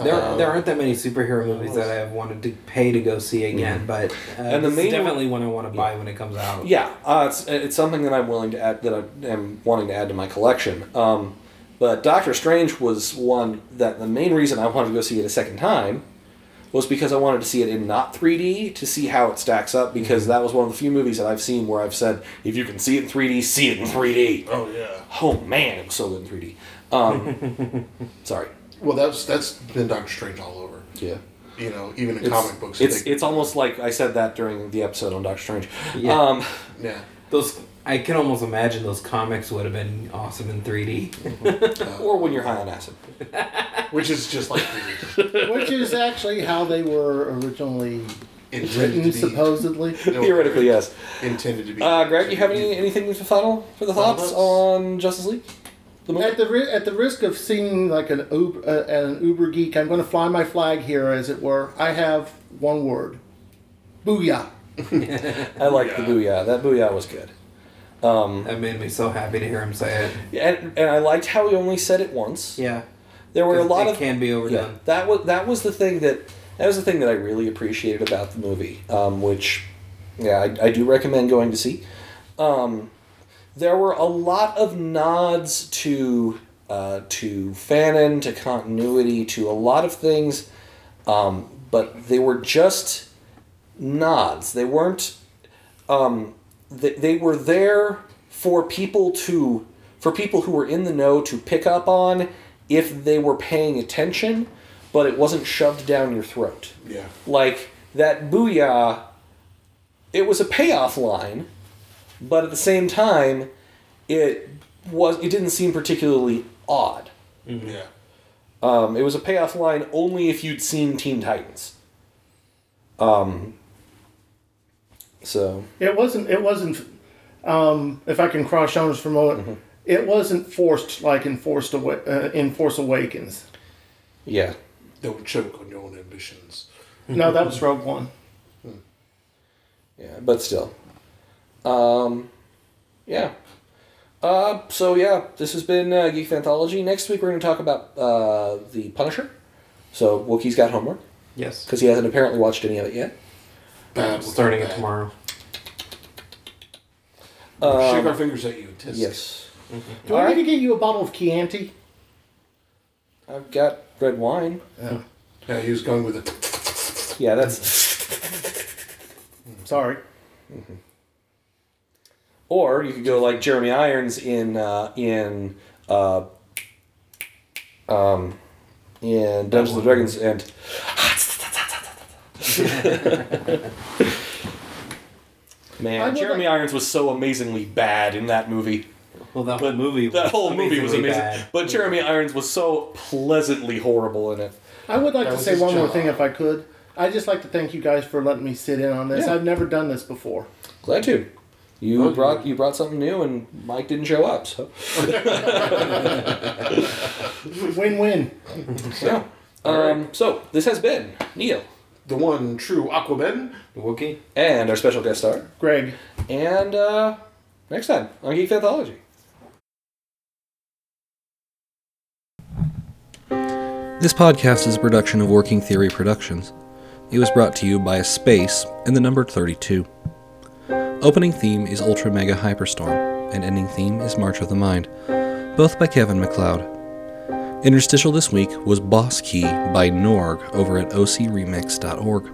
D: There, there aren't that many superhero movies that I have wanted to pay to go see again, but uh,
C: And the
D: this
C: main-
D: is definitely one I want to buy when it comes out.
C: Yeah, uh, it's, it's something that I'm willing to add that I am wanting to add to my collection. Um, but Doctor Strange was one that the main reason I wanted to go see it a second time was because I wanted to see it in not 3D to see how it stacks up because that was one of the few movies that I've seen where I've said if you can see it in 3D, see it in 3D.
B: Oh yeah.
C: Oh man, it was so good in 3D. Um, sorry.
B: Well, that's that's been Doctor Strange all over.
C: Yeah.
B: You know, even in
C: It's,
B: comic books.
C: it's,
B: they-
C: it's almost like I said that during the episode on Doctor Strange.
D: Yeah.
C: Um,
B: yeah.
D: Those I can almost imagine those comics would have been awesome in 3D.
C: or when you're high on acid.
B: Which is just like
A: Which is actually how they were originally
B: intended to
A: written,
B: be-
A: supposedly.
B: no,
C: Theoretically, yes.
B: intended to be.
C: Uh, Greg, you have any anything for final for the thoughts
B: Thoughts?
C: on Justice League? The movie?
A: At the ri- at the risk of seeming like an uber, uh, an uber geek, I'm going to fly my flag here, as it were. I have one word: booyah.
C: I like the booyah. That booyah was good, um,
D: That made me so happy to hear him say it.
C: and and I liked how he only said it once.
D: Yeah,
C: There were a lot
D: it
C: of
D: can be
C: yeah,
D: overdone.
C: that was that was the thing that that was the thing that I really appreciated about the movie, um, which yeah, I, I do recommend going to see. Um, there were a lot of nods to uh, to Fanon, to continuity, to a lot of things, um, but they were just nods. They weren't. Um, they, they were there for people to for people who were in the know to pick up on if they were paying attention, but it wasn't shoved down your throat
B: Yeah.
C: like that booyah it was a payoff line but at the same time it was it didn't seem particularly odd Mm-hmm.
B: Yeah.
C: um, it was a payoff line only if you'd seen teen titans um, so
A: It wasn't. It wasn't. Um, if I can cross shoulders for a moment,
B: Mm-hmm.
A: it wasn't forced like in Force, Awa- uh, in Force Awakens.
C: yeah
B: Don't choke on your own ambitions.
C: Uh,
A: No, that was Rogue One.
C: yeah but still um, yeah uh, so yeah this has been uh, geek anthology next week we're going to talk about uh, the punisher so wookie's got homework
D: Yes.
C: because he hasn't apparently watched any of it yet.
B: Bad
D: Starting it
B: bad.
D: tomorrow.
B: We'll Shake
C: Um,
B: our fingers at you and test.
C: yes,
A: Do I need to get you a bottle of Chianti?
C: I've got red wine.
B: Yeah, he was going with it.
C: Yeah, that's
A: Sorry.
C: or you could go like Jeremy Irons in uh, in uh, um, in Dungeons and Dragons and.
A: I
C: Man,
A: would
C: Jeremy
A: like-
C: Irons was so amazingly bad in that movie.
D: Well, that
C: But
D: whole movie.
C: That whole movie was
D: amazingly
C: amazing.
D: bad.
C: But Jeremy Irons was so pleasantly horrible in it.
A: I would like
B: That
A: to
B: was
A: say
B: his
A: one more
B: job.
A: thing if I could. I'd just like to thank you guys for letting me sit in on this.
C: Yeah.
A: I've never done this before.
C: Glad to. You
B: Oh,
C: brought you brought something new, and Mike didn't show up. So
A: Win win.
C: yeah. Um, so this has been Neil
B: The one true Aquaman.
D: Wookie.
C: and our special guest star,
A: Greg.
C: and uh, next time on Geek Anthology.
G: This podcast is a production of Working Theory Productions. It was brought to you by a space and the number 32. Opening theme is Ultra Mega Hyperstorm, and ending theme is March of the Mind, both by Kevin McLeod. Interstitial this week was Boss Key by Norg over at ocremix.org.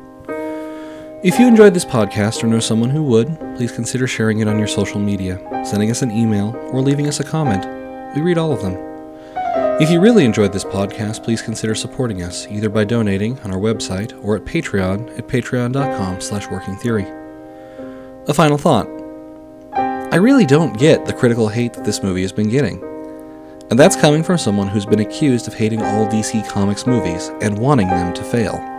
G: If you enjoyed this podcast or know someone who would, please consider sharing it on your social media, sending us an email, or leaving us a comment. We read all of them. If you really enjoyed this podcast, please consider supporting us either by donating on our website or at Patreon at patreon.com slash working theory. A final thought. I really don't get the critical hate that this movie has been getting. And that's coming from someone who's been accused of hating all DC Comics movies and wanting them to fail.